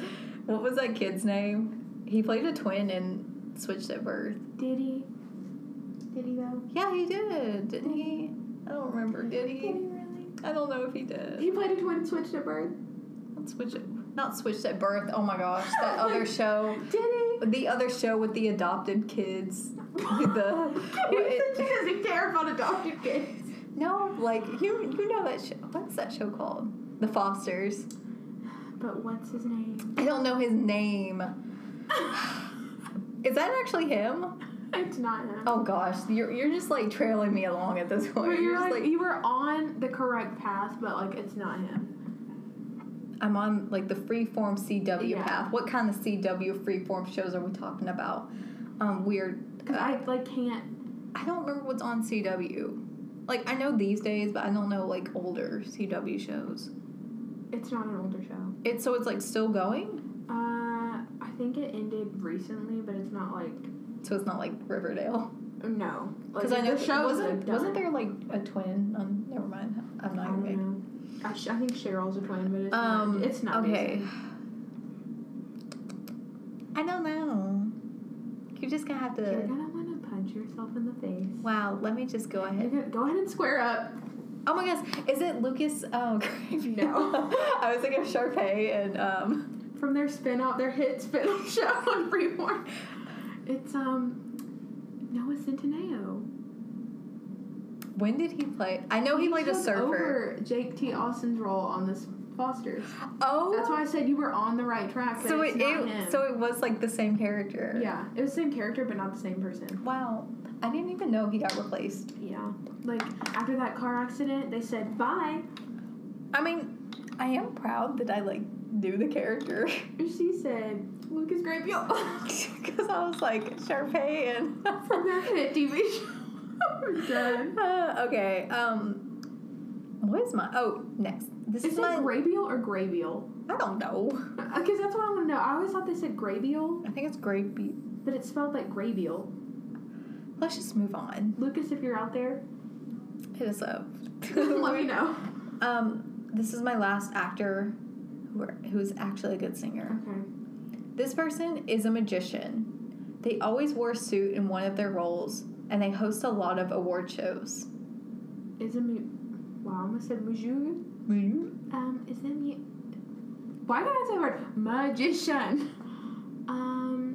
Speaker 1: What was that kid's name? He played a twin and switched at birth.
Speaker 2: Did he? Did he though?
Speaker 1: Yeah, he did, didn't he? I don't remember. Did
Speaker 2: Did he
Speaker 1: he?
Speaker 2: really?
Speaker 1: I don't know if he did.
Speaker 2: He played a twin and switched at birth.
Speaker 1: Not switch not switched at birth. Oh my gosh, that other show.
Speaker 2: Did he?
Speaker 1: The other show with the adopted kids. With the
Speaker 2: He
Speaker 1: it-
Speaker 2: said she doesn't care about adopted kids.
Speaker 1: no, like you you know that show. What's that show called? The Fosters.
Speaker 2: But what's his name?
Speaker 1: I don't know his name. Is that actually him?
Speaker 2: it's not him.
Speaker 1: Oh gosh, you're you're just like trailing me along at this point.
Speaker 2: But you're
Speaker 1: just
Speaker 2: like, you were on the correct path, but like it's not him.
Speaker 1: I'm on like the freeform CW
Speaker 2: Yeah.
Speaker 1: path. What kind of CW freeform shows are we talking about? Um, weird.
Speaker 2: Cause I like can't.
Speaker 1: I don't remember what's on CW. Like I know these days, but I don't know like older CW shows.
Speaker 2: It's not an older show.
Speaker 1: It's so it's like still going.
Speaker 2: Uh, I think it ended recently, but it's not like
Speaker 1: So it's not like Riverdale.
Speaker 2: no.
Speaker 1: Because I know the show wasn't wasn't there like a twin? Um, never mind. I'm
Speaker 2: I
Speaker 1: not gonna. make-
Speaker 2: don't know. I, sh- I think Cheryl's a twin, but it's
Speaker 1: Um,
Speaker 2: not. It's not
Speaker 1: okay.
Speaker 2: recent.
Speaker 1: I don't know. You're just gonna have
Speaker 2: You're
Speaker 1: to.
Speaker 2: gonna want to punch yourself in the face.
Speaker 1: Wow. Let me just go
Speaker 2: You're
Speaker 1: ahead.
Speaker 2: gonna go ahead and square up.
Speaker 1: Oh my gosh, is it Lucas? Oh, great.
Speaker 2: No.
Speaker 1: I was thinking of Sharpay and um.
Speaker 2: from their spin off, their hit spin off show on Freeform. It's um Noah Centineo.
Speaker 1: When did he play? I know Oh, he, played a
Speaker 2: took
Speaker 1: surfer.
Speaker 2: Over Jake T. Austin's role on this Foster's.
Speaker 1: Oh,
Speaker 2: That's why I said you were on the right track. That
Speaker 1: So
Speaker 2: it's
Speaker 1: it,
Speaker 2: not
Speaker 1: it
Speaker 2: him.
Speaker 1: so it was like the same character.
Speaker 2: yeah, it was the same character but not the same person.
Speaker 1: Wow. I didn't even know he got replaced.
Speaker 2: Yeah, like after that car accident, they said bye.
Speaker 1: I mean, I am proud that I like knew the character.
Speaker 2: She said Lucas Grape
Speaker 1: Because I was like, Sharpay and.
Speaker 2: from their hit TV show. We're done.
Speaker 1: Uh, okay. Um, what is my? Oh, next. This
Speaker 2: Is
Speaker 1: is
Speaker 2: it
Speaker 1: my.
Speaker 2: Grabiel or Grabiel?
Speaker 1: I don't know.
Speaker 2: Because that's what I want to know. I always thought they said Grabiel.
Speaker 1: I think it's Great Beat.
Speaker 2: But it's spelled like Grabiel.
Speaker 1: Let's just move on.
Speaker 2: Lucas, if you're out there,
Speaker 1: Hit us up.
Speaker 2: let me know.
Speaker 1: Um, this is my last actor, who are, who's actually a good singer.
Speaker 2: Okay.
Speaker 1: This person is a magician. They always wore a suit in one of their roles, and they host a lot of award shows.
Speaker 2: Is it me? Wow, I almost said Muju. Um, is it me? Why did I say the word magician? Um,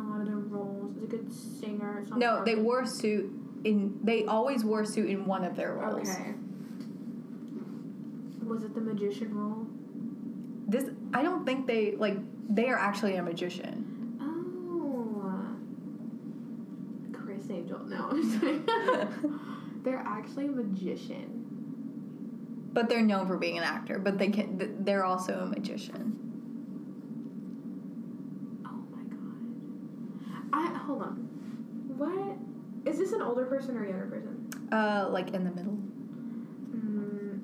Speaker 2: lead singer or something?
Speaker 1: No, they
Speaker 2: Or-
Speaker 1: wore suit in. They always wore suit in one of their roles.
Speaker 2: Okay. Was it the magician role?
Speaker 1: This I don't think they like. They are actually a magician.
Speaker 2: Oh. Chris Angel. No, I'm sorry. They're actually a magician.
Speaker 1: But they're known for being an actor. But they can. th- They're also a magician.
Speaker 2: Oh my god. I hold on. What is this an older person or a younger person?
Speaker 1: Uh, like in the middle.
Speaker 2: Mm,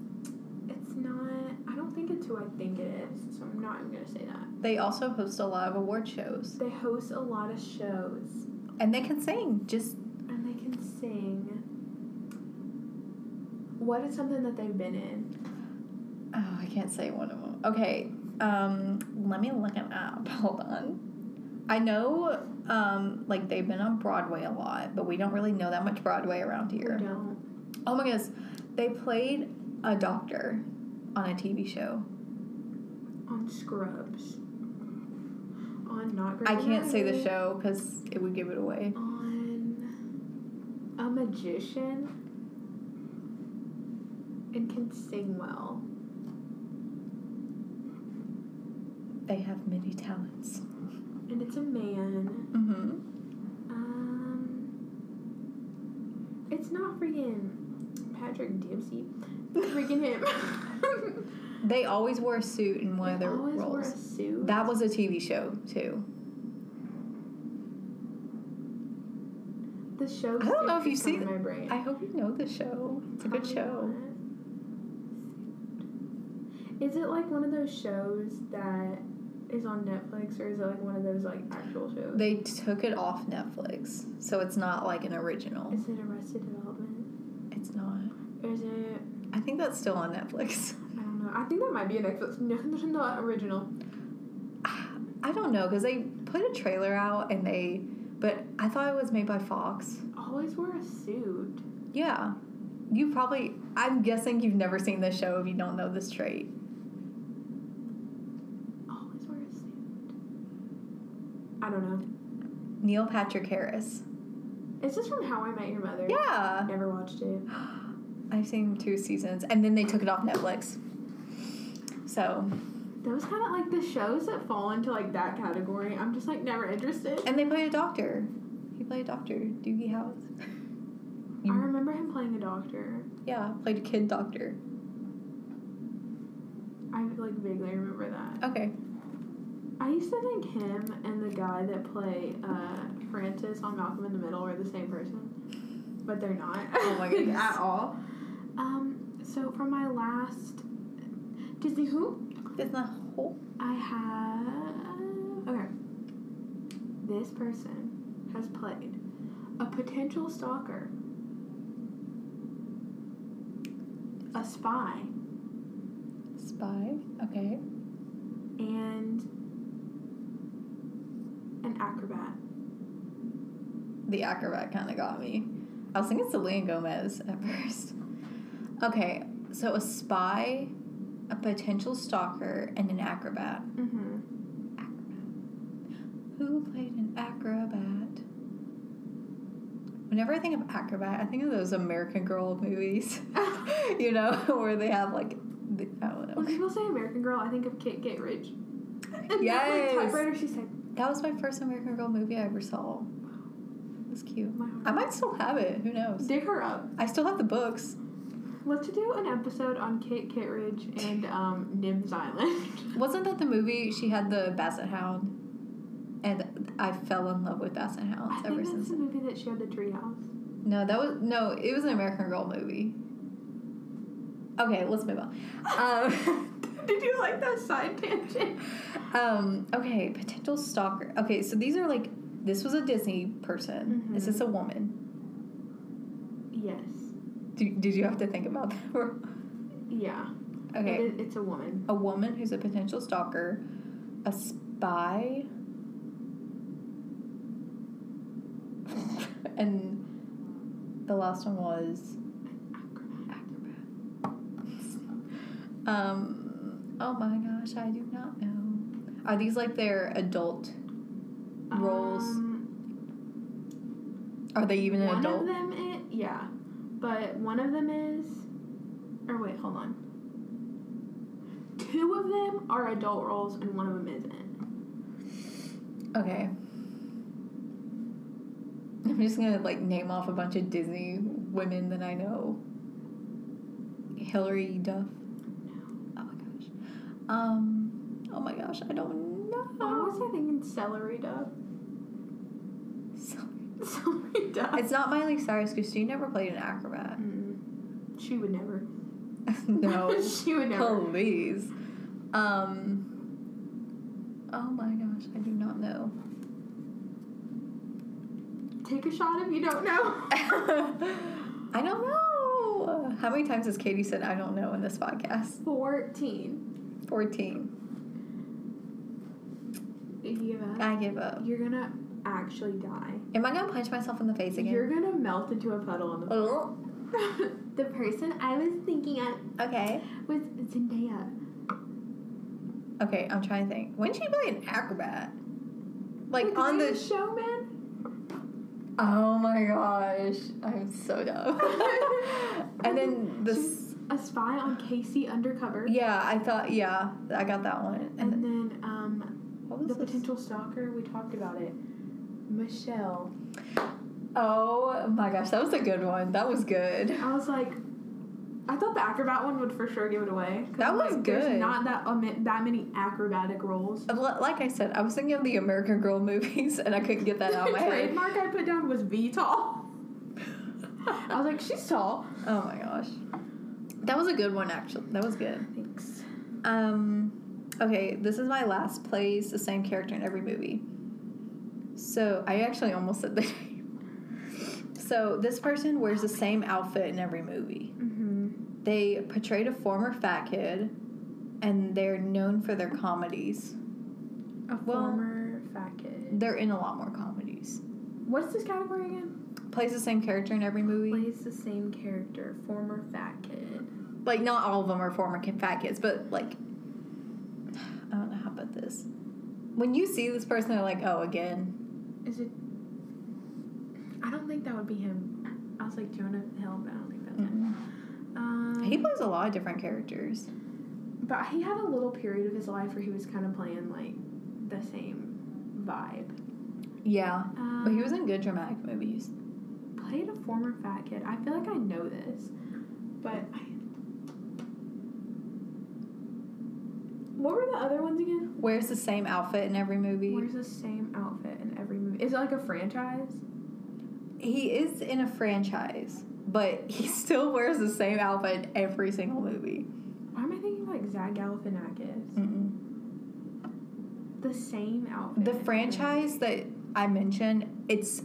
Speaker 2: it's not. I don't think it's who I think it is, so I'm not even gonna say that.
Speaker 1: They also host a lot of award shows,
Speaker 2: They host a lot of shows
Speaker 1: and they can sing. Just
Speaker 2: and they can sing. What is something that they've been in?
Speaker 1: oh, I can't say one of them. Okay. Um, let me look it up. Hold on. I know, um, like they've been on Broadway a lot, but we don't really know that much Broadway around
Speaker 2: We
Speaker 1: here.
Speaker 2: don't.
Speaker 1: Oh my goodness. They played a doctor on a TV show.
Speaker 2: On Scrubs. On Not Great.
Speaker 1: I can't say the
Speaker 2: Anatomy.
Speaker 1: show because it would give it away.
Speaker 2: on a magician and can sing well.
Speaker 1: They have many talents.
Speaker 2: And it's a man.
Speaker 1: Mm-hmm.
Speaker 2: Um, it's not freaking Patrick Dempsey. Freaking him.
Speaker 1: They always wore a suit in one of
Speaker 2: They
Speaker 1: their
Speaker 2: always wore a
Speaker 1: roles.
Speaker 2: suit.
Speaker 1: That was a TV show too.
Speaker 2: the show.
Speaker 1: I don't know if
Speaker 2: Suits
Speaker 1: you've
Speaker 2: is coming
Speaker 1: seen
Speaker 2: to my brain.
Speaker 1: I hope you know the show. It's a good
Speaker 2: Probably
Speaker 1: show.
Speaker 2: not. Is it like one of those shows that is on Netflix, or is it like one of those like actual shows?
Speaker 1: They took it off Netflix, so it's not like an original.
Speaker 2: Is it Arrested Development?
Speaker 1: It's not.
Speaker 2: Or is it?
Speaker 1: I think that's still on Netflix.
Speaker 2: I don't know. I think that might be an Netflix. No, no, no, original.
Speaker 1: I don't know because they put a trailer out and they, but I thought it was made by Fox.
Speaker 2: Always wear a suit.
Speaker 1: Yeah. You probably, I'm guessing you've never seen this show if you don't know this trait.
Speaker 2: Always wear a suit. I don't
Speaker 1: Neil Patrick Harris.
Speaker 2: know. Is this from How I Met Your Mother?
Speaker 1: Yeah.
Speaker 2: Never watched it.
Speaker 1: I've seen two seasons and then they took it off Netflix. So,
Speaker 2: Those kind of like the shows that fall into like that category. I'm just like never interested.
Speaker 1: and they play a doctor. He played a doctor, Doogie House.
Speaker 2: I remember him playing a doctor.
Speaker 1: Yeah, played a kid doctor.
Speaker 2: I like vaguely remember that.
Speaker 1: Okay.
Speaker 2: I used to think him and the guy that play uh, Francis on Malcolm in the Middle were the same person, but they're not.
Speaker 1: Oh my
Speaker 2: Like,
Speaker 1: goodness.
Speaker 2: at all. Um. So for my last Disney Who,
Speaker 1: That's not whole.
Speaker 2: I have okay. This person has played a potential stalker, a spy,
Speaker 1: Spy. Okay.
Speaker 2: and an acrobat.
Speaker 1: The acrobat kind of got me. I was thinking Selena Gomez at first. Okay, so a spy, a potential stalker, and an acrobat.
Speaker 2: Mm-hmm.
Speaker 1: Acrobat. Who played an acrobat? Whenever I think of acrobat, I think of those American Girl movies, you know, where they have like, the, I don't
Speaker 2: When
Speaker 1: know.
Speaker 2: people say American Girl, I think of Kate Gatridge. And that, like,
Speaker 1: Yes.
Speaker 2: typewriter she said,
Speaker 1: That was my first American Girl movie I ever saw. It was cute.
Speaker 2: "My heart."
Speaker 1: I might still have it. Who knows?
Speaker 2: Dig her up.
Speaker 1: I still have the books.
Speaker 2: Let's do an episode on Kate Gatridge and um, Nims Island.
Speaker 1: Wasn't that the movie she had the basset hound? And I fell in love with basset hounds
Speaker 2: I think
Speaker 1: ever
Speaker 2: that's
Speaker 1: since.
Speaker 2: the movie that she had the treehouse.
Speaker 1: No, that was no, it was an American Girl movie. Okay, let's move on. Um,
Speaker 2: Did you like that side tangent?
Speaker 1: um, okay, potential stalker. Okay, so these are like this was a Disney person. Is
Speaker 2: Mhm.
Speaker 1: this a woman?
Speaker 2: Yes.
Speaker 1: Do, did you have to think about that?
Speaker 2: Yeah.
Speaker 1: okay,
Speaker 2: It- it's a woman.
Speaker 1: a woman who's a potential stalker, a spy, and the last one was acrobat. Um, oh my gosh, I do not know. Are these like their adult roles?
Speaker 2: Um,
Speaker 1: Are they even an
Speaker 2: one
Speaker 1: adult?
Speaker 2: of them is yeah, but one of them is. Or wait, hold on. Two of them are adult roles, and one of them isn't.
Speaker 1: Okay. I'm just gonna like name off a bunch of Disney women that I know. Hilary Duff. Oh my gosh. Um. Oh my gosh. I don't
Speaker 2: Why was
Speaker 1: know.
Speaker 2: I thinking celery duff? Celery duff.
Speaker 1: It's not Miley Cyrus because she never played an acrobat.
Speaker 2: Mm. She would never.
Speaker 1: no.
Speaker 2: she would never.
Speaker 1: Please. Um. Oh my gosh. I do not know.
Speaker 2: Take a shot if you don't know.
Speaker 1: I don't know. How many times has Katie said I don't know in this podcast?
Speaker 2: 14.
Speaker 1: 14.
Speaker 2: If you give up,
Speaker 1: I give up.
Speaker 2: you're gonna actually die.
Speaker 1: Am I gonna punch myself in the face again?
Speaker 2: You're gonna melt into a puddle on the
Speaker 1: Oh,
Speaker 2: The person I was thinking of
Speaker 1: okay.
Speaker 2: was Zendaya.
Speaker 1: Okay, I'm trying to think. When did she play an acrobat? Like
Speaker 2: The
Speaker 1: on the.
Speaker 2: Greatest showman?
Speaker 1: oh my gosh, I'm so dumb. and then this.
Speaker 2: A spy on Casey Undercover.
Speaker 1: Yeah, I thought. Yeah, I got that one.
Speaker 2: And
Speaker 1: And,
Speaker 2: then um,
Speaker 1: what
Speaker 2: the
Speaker 1: was this?
Speaker 2: potential stalker, we talked about it. Michelle.
Speaker 1: Oh my gosh, that was a good one. That was good.
Speaker 2: I was like, I thought the acrobat one would for sure give it away. 'Cause
Speaker 1: That
Speaker 2: I'm
Speaker 1: was
Speaker 2: like,
Speaker 1: good. Oh,
Speaker 2: There's not that um, that many acrobatic roles.
Speaker 1: Li- Like I said, I was thinking of the American Girl movies, and I couldn't get that out
Speaker 2: the
Speaker 1: of my head.
Speaker 2: trademark I put down was V tall. I was like, she's tall.
Speaker 1: Oh my gosh, that was a good one. Actually, that was good.
Speaker 2: Thanks.
Speaker 1: Um, okay, this is my last plays the same character in every movie. So I actually almost said the name. So this person wears the same outfit in every movie.
Speaker 2: Mm-hmm.
Speaker 1: They portrayed a former fat kid, and they're known for their comedies.
Speaker 2: A
Speaker 1: Well-
Speaker 2: former fat kid.
Speaker 1: They're in a lot more comedies.
Speaker 2: What's this category again?
Speaker 1: Plays the same character in every movie.
Speaker 2: Plays the same character. Former fat kid.
Speaker 1: Like not all of them are former ki- fat kids, but like I don't know how about this. When you see this person, they're like, oh, again.
Speaker 2: Is it? I don't think that would be him. I was like Jonah Hill, but I don't think that's him.
Speaker 1: Mm-mm.
Speaker 2: Um,
Speaker 1: Mm. He plays a lot of different characters.
Speaker 2: But he had a little period of his life where he was kind of playing like the same vibe.
Speaker 1: Yeah.
Speaker 2: Um,
Speaker 1: But he was in good dramatic movies.
Speaker 2: played a former fat kid. I feel like I know this, but I. What were the other ones again?
Speaker 1: Wears the same outfit in every movie.
Speaker 2: Wears the same outfit in every movie. Is it like a franchise?
Speaker 1: He is in a franchise, but he still wears the same outfit in every single movie.
Speaker 2: Why am I thinking like Zach Galifianakis?
Speaker 1: Mm-mm.
Speaker 2: The same outfit.
Speaker 1: The
Speaker 2: in every
Speaker 1: franchise that I mentioned, it's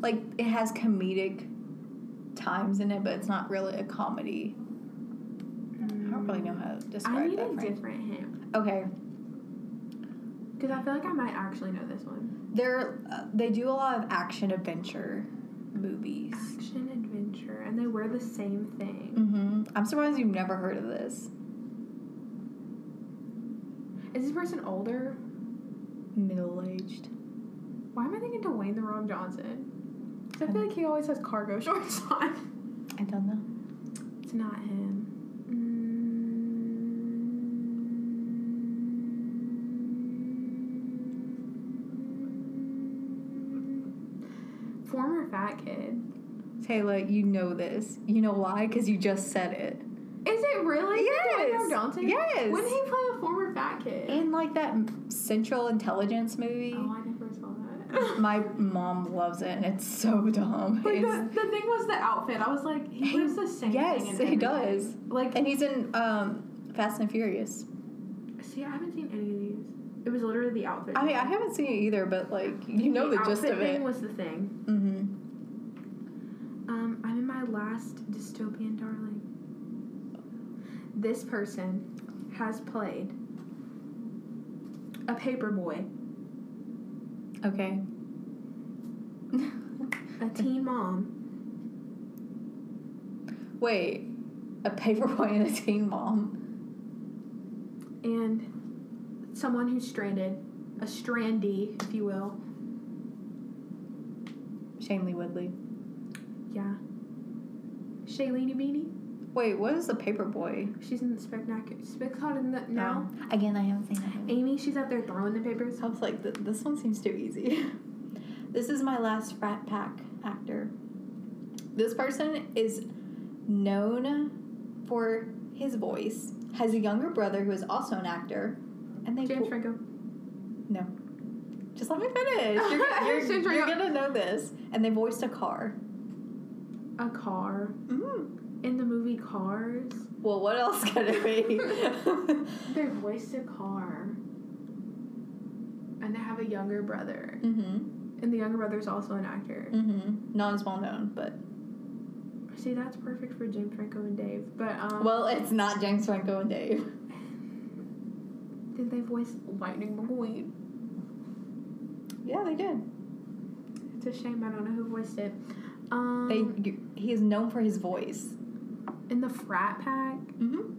Speaker 1: like it has comedic times in it, but it's not really a comedy. I don't really know how to
Speaker 2: I
Speaker 1: describe
Speaker 2: need
Speaker 1: that.
Speaker 2: a
Speaker 1: franchise.
Speaker 2: different hint
Speaker 1: Okay,
Speaker 2: because I feel like I might actually know this one.
Speaker 1: they're uh, they do a lot of action adventure movies.
Speaker 2: Action adventure, and they wear the same thing.
Speaker 1: Mm-hmm. I'm surprised you've never heard of this.
Speaker 2: Is this person older?
Speaker 1: Middle aged.
Speaker 2: Why am I thinking Dwayne the Rock Johnson? 'Cause I feel like he always has cargo shorts on.
Speaker 1: I don't know.
Speaker 2: It's not him. Mm. Former fat kid.
Speaker 1: Taylor, you know this. You know why? Because you just said it.
Speaker 2: Is it really? Dwayne The Rock
Speaker 1: Yes.
Speaker 2: Johnson?
Speaker 1: Yes.
Speaker 2: When did he play a former fat kid?
Speaker 1: In like that m- Central Intelligence movie.
Speaker 2: oh, I never saw that.
Speaker 1: My mom loves it and it's so dumb.
Speaker 2: But
Speaker 1: It's-
Speaker 2: the, the thing was the outfit. I was like, he
Speaker 1: He-
Speaker 2: wears the same thing.
Speaker 1: yes,
Speaker 2: in
Speaker 1: he
Speaker 2: everything.
Speaker 1: does.
Speaker 2: Like,
Speaker 1: And he's in um, Fast and Furious.
Speaker 2: See, I haven't seen any of these. It was literally the outfit.
Speaker 1: I mean, I haven't seen it either, but like, you know the, gist
Speaker 2: outfit
Speaker 1: of
Speaker 2: thing
Speaker 1: it.
Speaker 2: was the thing.
Speaker 1: mm-hmm.
Speaker 2: Um, I'm in my last dystopian, darling. This person has played a paper boy,
Speaker 1: Mm-hmm. Okay.
Speaker 2: a teen mom,
Speaker 1: Wait, a paperboy and a teen mom.
Speaker 2: and someone who's stranded, a strandy, if you will.
Speaker 1: Shanley Woodley.
Speaker 2: Yeah. Shailene Beanie.
Speaker 1: Wait, what is the paper boy?
Speaker 2: She's in the spectacular. Spectacular in the
Speaker 1: Oh.
Speaker 2: now.
Speaker 3: Again, I haven't seen that.
Speaker 2: Amy, she's out there throwing the papers.
Speaker 1: I was like, th- this one seems too easy. this is my last frat pack actor. This person is known for his voice, has a younger brother who is also an actor, and they
Speaker 2: James
Speaker 1: pull-
Speaker 2: Franco.
Speaker 1: no. Just let me finish. You're, gonna- you're-
Speaker 2: James
Speaker 1: you're
Speaker 2: Franco.
Speaker 1: gonna know this. And they voiced a car.
Speaker 2: A car
Speaker 1: Mm.
Speaker 2: in the movie Cars.
Speaker 1: Well, what else could it be?
Speaker 2: They voiced a car, and they have a younger brother,
Speaker 1: mm-hmm.
Speaker 2: and the younger brother's also an actor.
Speaker 1: Mm-hmm. Not as well known, but
Speaker 2: See, that's perfect for James Franco and Dave. But um,
Speaker 1: well, it's not James Franco and Dave.
Speaker 2: did they voice Lightning McQueen?
Speaker 1: Yeah, they did.
Speaker 2: It's a shame I don't know who voiced it. Um,
Speaker 1: They you- he is known for his voice.
Speaker 2: in the frat pack.
Speaker 1: Mm-hmm.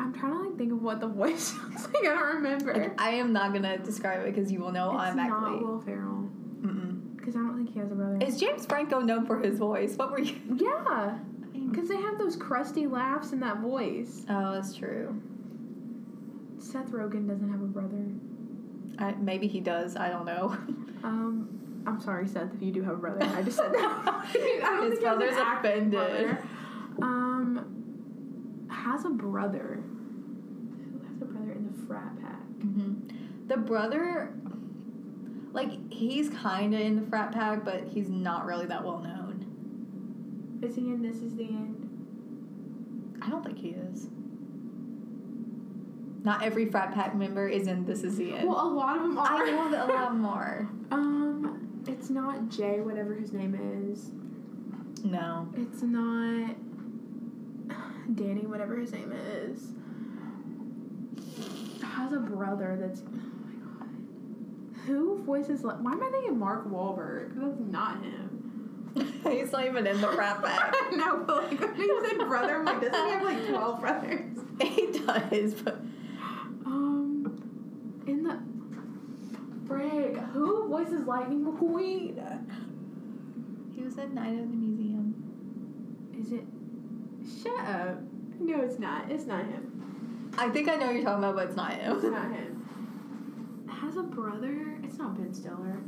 Speaker 2: I'm trying to like think of what the voice sounds like. I don't remember.
Speaker 1: I am not gonna describe it because you will know
Speaker 2: it's not
Speaker 1: automatically.
Speaker 2: Will Ferrell
Speaker 1: Mm-mm.
Speaker 2: because I don't think he has a brother.
Speaker 1: Is James Franco known for his voice? What were you?
Speaker 2: yeah, because they have those crusty laughs in that voice.
Speaker 1: Oh, that's true.
Speaker 2: Seth Rogen doesn't have a brother.
Speaker 1: I, maybe he does. I don't know.
Speaker 2: Um, I'm sorry, Seth, if you do have a brother. I just said that. I
Speaker 1: His
Speaker 2: think he has an
Speaker 1: brother's
Speaker 2: active
Speaker 1: offended.
Speaker 2: brother. Um, has a brother. Who has a brother in the frat pack?
Speaker 1: hmm The brother, like he's kind of in the frat pack, but he's not really that well known.
Speaker 2: Is he in This Is the End?
Speaker 1: I don't think he is. Not every frat pack member is in This Is the End.
Speaker 2: Well, a lot of them are.
Speaker 1: I know that a lot more.
Speaker 2: Um, it's not Jay, whatever his name is.
Speaker 1: No.
Speaker 2: It's not Danny, whatever his name is. Has a brother that's. Oh my god. Who voices. Li- Why am I thinking Mark Wahlberg? That's not him.
Speaker 1: he's not even in the frat pack.
Speaker 2: no, but like when you said brother, I'm like, doesn't he have like 12 brothers?
Speaker 1: he does, but
Speaker 2: Um. In the. Frick, who voices Lightning McQueen?
Speaker 1: he was in Night of the Museum.
Speaker 2: Is it. Shut up. No, it's not. It's not him.
Speaker 1: I think I know what you're talking about, but it's not
Speaker 2: It's
Speaker 1: him.
Speaker 2: not him. Has a brother? It's not Ben Stiller.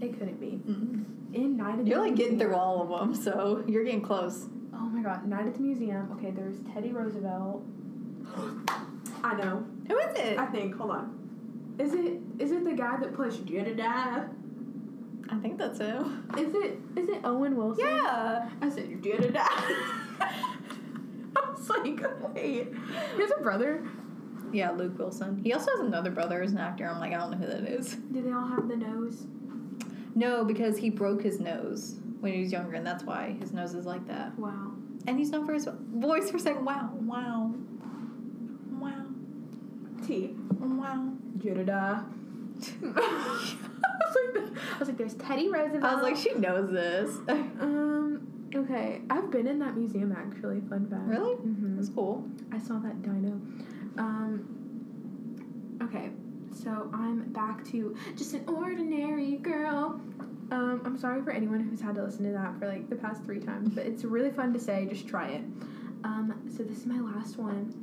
Speaker 2: It couldn't be.
Speaker 1: Mm.
Speaker 2: In Night at
Speaker 1: You're
Speaker 2: the
Speaker 1: like getting
Speaker 2: Museum.
Speaker 1: through all of them, so you're getting close.
Speaker 2: Oh my god, Night at the Museum. Okay, there's Teddy Roosevelt. I know.
Speaker 1: Who is it?
Speaker 2: I think. Hold on. Is it is it the guy that plays Jedediah?
Speaker 1: I think that's him.
Speaker 2: Is it is it Owen Wilson?
Speaker 1: Yeah.
Speaker 2: I said Jedediah. I was like, wait. He has a brother.
Speaker 1: Yeah, Luke Wilson. He also has another brother as an actor. I'm like, I don't know who that is.
Speaker 2: Do they all have the nose?
Speaker 1: No, because he broke his nose when he was younger, and that's why his nose is like that.
Speaker 2: Wow.
Speaker 1: And he's known for his voice for saying, wow, wow, wow,
Speaker 2: T.
Speaker 1: wow.
Speaker 2: Jedediah. I was like, I was like, there's Teddy Roosevelt.
Speaker 1: I was like, she knows this.
Speaker 2: um, okay, I've been in that museum actually. Fun fact.
Speaker 1: really?
Speaker 2: Mm-hmm.
Speaker 1: That's cool.
Speaker 2: I saw that dino. Um, okay, so I'm back to just an ordinary girl. Um, I'm sorry for anyone who's had to listen to that for like the past three times, but it's really fun to say. Just try it. Um, so this is my last one.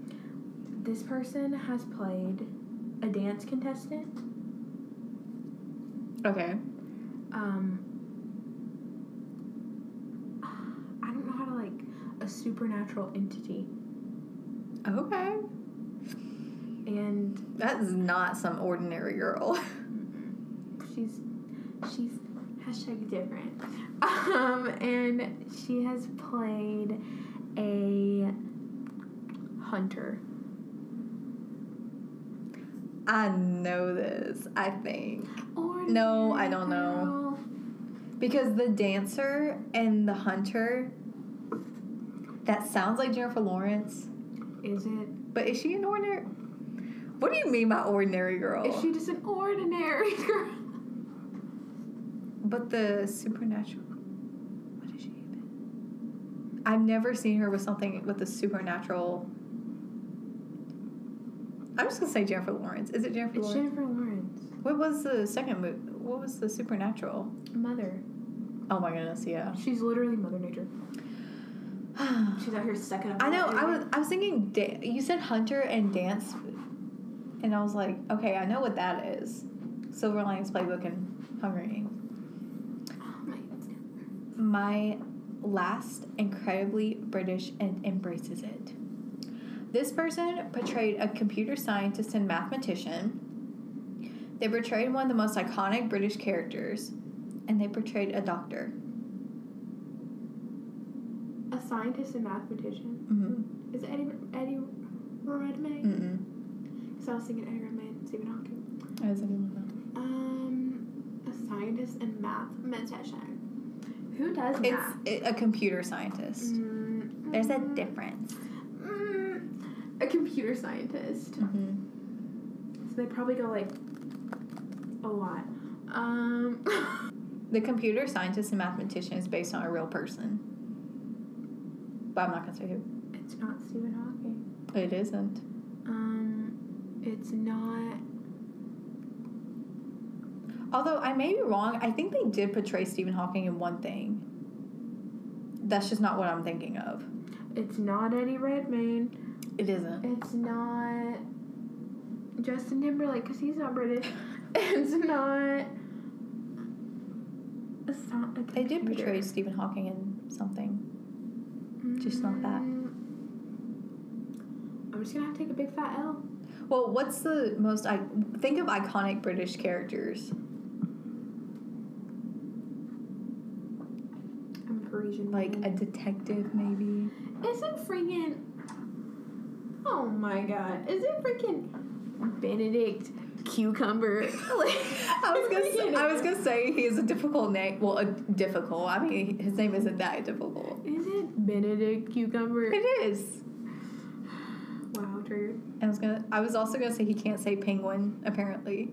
Speaker 2: This person has played a dance contestant.
Speaker 1: Okay.
Speaker 2: um I don't know how to like a supernatural entity
Speaker 1: Okay.
Speaker 2: and
Speaker 1: That's not some ordinary girl.
Speaker 2: she's she's hashtag different um and she has played a hunter
Speaker 1: I know this, I think.
Speaker 2: or
Speaker 1: No, I don't know. Because the dancer and the hunter, that sounds like Jennifer Lawrence.
Speaker 2: is it
Speaker 1: But is she an ordinary? What do you mean by ordinary girl?
Speaker 2: is she just an ordinary girl
Speaker 1: But the supernatural. What is she even? I've never seen her with something with the supernatural. I'm just gonna say Jennifer Lawrence. Is it Jennifer
Speaker 2: it's
Speaker 1: Lawrence?
Speaker 2: Jennifer Lawrence
Speaker 1: what was the second movie? what was the supernatural?
Speaker 2: Mother.
Speaker 1: Oh my goodness, yeah.
Speaker 2: She's literally Mother Nature. She's out here second.
Speaker 1: I know. I was. I was thinking. Da- you said hunter and dance, and I was like, okay, I know what that is. Silver Linings Playbook and Hunger Games.
Speaker 2: Oh
Speaker 1: My last incredibly British and embraces it. This person portrayed a computer scientist and mathematician. They portrayed one of the most iconic British characters, and they portrayed a doctor.
Speaker 2: A scientist and mathematician.
Speaker 1: Mm-hmm.
Speaker 2: Is it Eddie Eddie Redmayne?
Speaker 1: Mm-mm. Mm.
Speaker 2: Because I was thinking Eddie Redmayne, Stephen Hawking.
Speaker 1: I was thinking
Speaker 2: Um, a scientist and mathematician. Who does
Speaker 1: about
Speaker 2: math?
Speaker 1: that. It's i- a computer scientist.
Speaker 2: Mm,
Speaker 1: There's a
Speaker 2: mm,
Speaker 1: difference.
Speaker 2: Mm, a computer scientist.
Speaker 1: Mm-hmm.
Speaker 2: So they probably go like a lot. Um,
Speaker 1: The computer scientist and mathematician is based on a real person, but I'm not gonna say who.
Speaker 2: it's not Stephen Hawking.
Speaker 1: It isn't.
Speaker 2: Um, it's not.
Speaker 1: Although I may be wrong, I think they did portray Stephen Hawking in one thing. That's just not what I'm thinking of.
Speaker 2: It's not Eddie Redmayne.
Speaker 1: It isn't.
Speaker 2: It's not Justin Timberlake because he's not British. It's not. It's not. A
Speaker 1: They did
Speaker 2: computer.
Speaker 1: portray Stephen Hawking in something. just not that.
Speaker 2: Mm. I'm just gonna have to take a big fat L.
Speaker 1: Well, what's the most I think of iconic British characters?
Speaker 2: I'm Parisian.
Speaker 1: Like
Speaker 2: woman.
Speaker 1: a detective, maybe.
Speaker 2: Is it freaking. Oh my god. Is it freaking Benedict Cucumber?
Speaker 1: I
Speaker 2: I
Speaker 1: was gonna say, I was gonna say he is a difficult name. Well, a difficult. I mean, his name isn't that difficult.
Speaker 2: Is it Benedict Cucumber?
Speaker 1: It is.
Speaker 2: wow, true.
Speaker 1: I was gonna. I was also gonna say he can't say penguin. Apparently,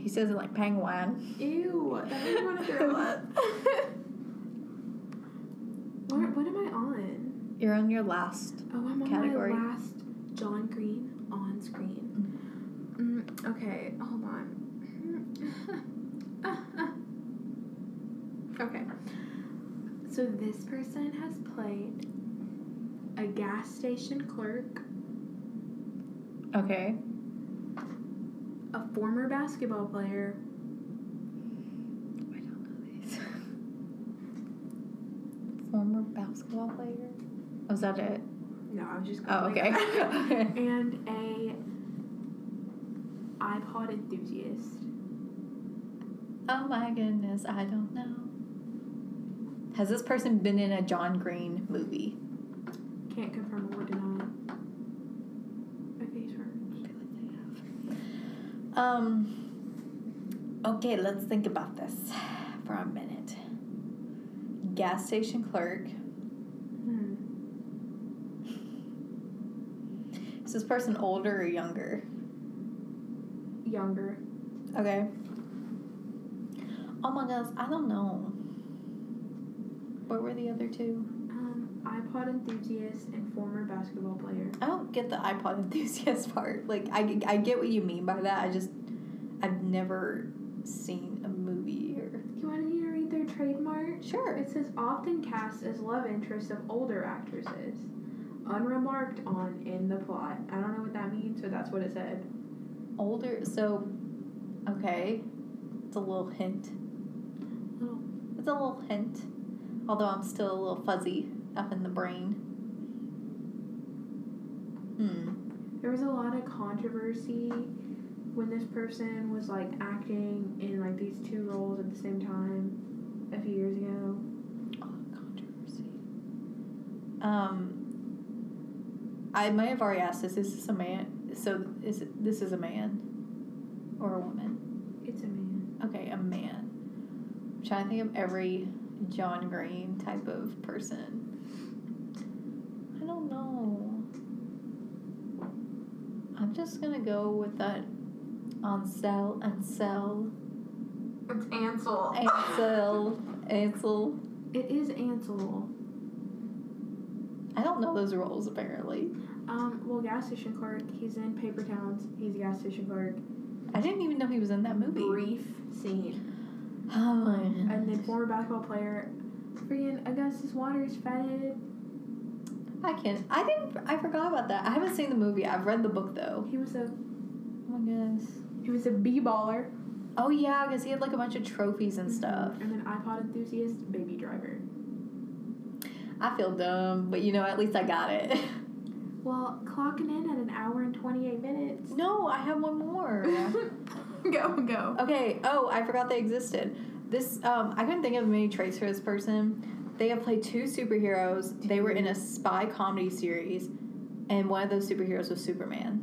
Speaker 1: he says it like penguin.
Speaker 2: Ew, that made me want to throw up. Where, what am I on?
Speaker 1: You're on your last.
Speaker 2: Oh, I'm on
Speaker 1: Category.
Speaker 2: my last John Green on screen. Mm, okay, hold on. okay. So this person has played a gas station clerk,
Speaker 1: Okay.
Speaker 2: a former basketball player,
Speaker 1: I don't know these. Former basketball player. Was that it?
Speaker 2: no, I was just
Speaker 1: Oh,
Speaker 2: going
Speaker 1: okay.
Speaker 2: like that. and a iPod enthusiast.
Speaker 1: oh my goodness, I don't know. Has this person been in a John Green movie?
Speaker 2: Can't confirm or deny. Okay, sure.
Speaker 1: Um. Okay, let's think about this for a minute. Gas station clerk.
Speaker 2: Hmm.
Speaker 1: Is this person older or younger?
Speaker 2: Younger.
Speaker 1: Okay. Oh my gosh, I don't know. What were the other two?
Speaker 2: Um, iPod enthusiast and former basketball player.
Speaker 1: I don't get the iPod enthusiast part. Like, I, I get what you mean by that. I just, I've never seen a movie or.
Speaker 2: Do you want me to read their trademark?
Speaker 1: Sure.
Speaker 2: It says often cast as love interests of older actresses, unremarked on in the plot. I don't know what that means, but that's what it said.
Speaker 1: Older, so, okay. It's a little hint.
Speaker 2: Little.
Speaker 1: It's a little hint, although I'm still a little fuzzy up in the brain. Hmm.
Speaker 2: There was a lot of controversy when this person was like acting in like these two roles at the same time a few years ago.
Speaker 1: Oh, controversy. Um, I might have already asked this. Is this a man? So is it, this is a man or a woman?
Speaker 2: It's a man.
Speaker 1: Okay, a man. I'm trying to think of every John Green type of person. I don't know. I'm just gonna go with that on sell and sell.
Speaker 2: It's Ansel.
Speaker 1: Ansel. Ansel.
Speaker 2: It is Ansel.
Speaker 1: I don't know those roles apparently.
Speaker 2: Um, well, gas station clerk. He's in Paper Towns. He's a gas station clerk.
Speaker 1: I didn't even know he was in that movie.
Speaker 2: brief scene.
Speaker 1: Oh,
Speaker 2: And then former basketball player, freaking Augustus Waters, fatted.
Speaker 1: I can. I didn't. I forgot about that. I haven't seen the movie. I've read the book though.
Speaker 2: He was a
Speaker 1: Oh my gosh.
Speaker 2: he was a b baller.
Speaker 1: Oh yeah, because he had like a bunch of trophies and stuff.
Speaker 2: And then iPod enthusiast, baby driver.
Speaker 1: I feel dumb, but you know, at least I got it.
Speaker 2: Well, clocking in at an hour and twenty eight minutes.
Speaker 1: no, I have one more.
Speaker 2: go go.
Speaker 1: okay. Oh, I forgot they existed. This um, I couldn't think of many traits for this person. They have played two superheroes. They were in a spy comedy series, and one of those superheroes was Superman.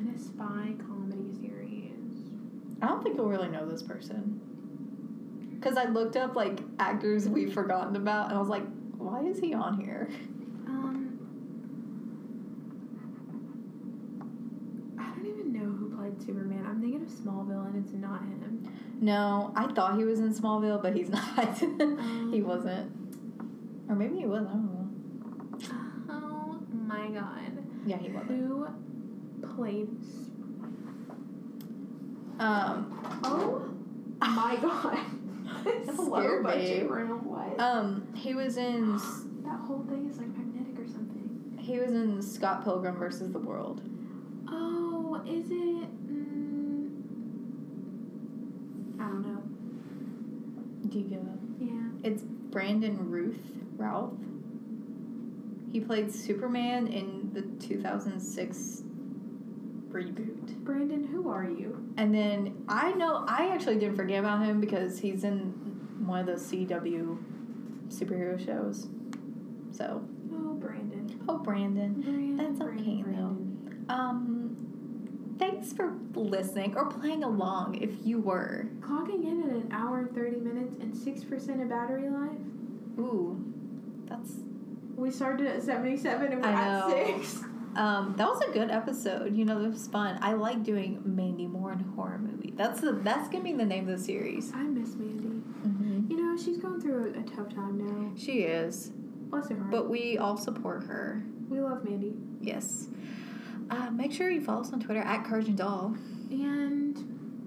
Speaker 2: In a spy comedy series.
Speaker 1: I don't think you'll really know this person. Because I looked up like actors we've forgotten about, and I was like, why is he on here?
Speaker 2: Um, I don't even know who played Superman. I'm thinking of Smallville, and it's not him.
Speaker 1: No, I thought he was in Smallville, but he's not. he
Speaker 2: Um.
Speaker 1: wasn't. Or maybe he was, I don't know.
Speaker 2: Oh my god.
Speaker 1: Yeah, he wasn't.
Speaker 2: Who played? S-
Speaker 1: Um,
Speaker 2: Oh my god. Uh,
Speaker 1: That's a lot of
Speaker 2: Scare budget
Speaker 1: babe.
Speaker 2: room, What?
Speaker 1: um, he was in s-
Speaker 2: that whole thing is like magnetic or something.
Speaker 1: he was in Scott Pilgrim versus the World.
Speaker 2: Oh, is it? Mm, I don't know.
Speaker 1: Do you give up?
Speaker 2: Yeah.
Speaker 1: It's Brandon Ruth Routh. He played Superman in the 2006 reboot.
Speaker 2: Brandon, who are you?
Speaker 1: And then I know I actually didn't forget about him because he's in one of those CW superhero shows. So
Speaker 2: Oh, Brandon.
Speaker 1: oh Brandon.
Speaker 2: Brandon.
Speaker 1: That's
Speaker 2: Brandon,
Speaker 1: okay, though.
Speaker 2: Brandon.
Speaker 1: Um thanks for listening or playing along if you were.
Speaker 2: Clocking in at an hour and 30 minutes and 6% of battery life.
Speaker 1: Ooh. That's
Speaker 2: We started at 77 and we're
Speaker 1: I
Speaker 2: at
Speaker 1: know.
Speaker 2: 6.
Speaker 1: um that was a good episode. You know, that was fun. I like doing Mandy Moore in horror movie. That's the that's gonna be the name of the series.
Speaker 2: I miss Mandy. You know, she's going through a, a tough time now.
Speaker 1: She is.
Speaker 2: Bless her heart.
Speaker 1: But we all support her.
Speaker 2: we love Mandy.
Speaker 1: Yes. Uh, make sure you follow us on Twitter at Courage and Doll.
Speaker 2: And,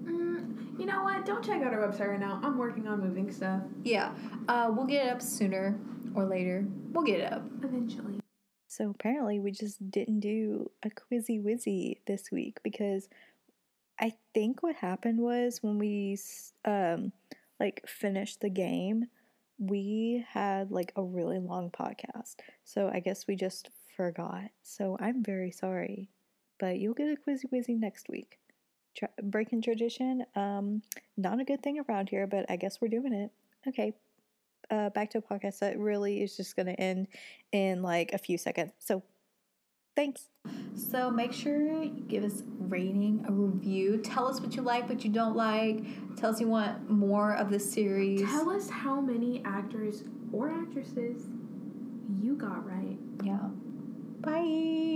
Speaker 2: mm, you know what? Don't check out our website right now. I'm working on moving stuff.
Speaker 1: Yeah. Uh, we'll get it up sooner or later. We'll get it up.
Speaker 2: Eventually.
Speaker 3: So apparently, we just didn't do a quizzy wizzy this week because I think what happened was when we s- um like finished the game, we had like a really long podcast. So I guess we just forgot. So I'm very sorry, but you'll get a quizzy wizzy next week. Tra- breaking tradition, um, not a good thing around here, but I guess we're doing it. Okay. Uh, back to a podcast that really is just going to end in like a few seconds. So thanks.
Speaker 1: So make sure you give us a rating, a review. Tell us what you like, what you don't like. Tell us you want more of this series.
Speaker 2: Tell us how many actors or actresses you got right.
Speaker 1: yeah. Bye.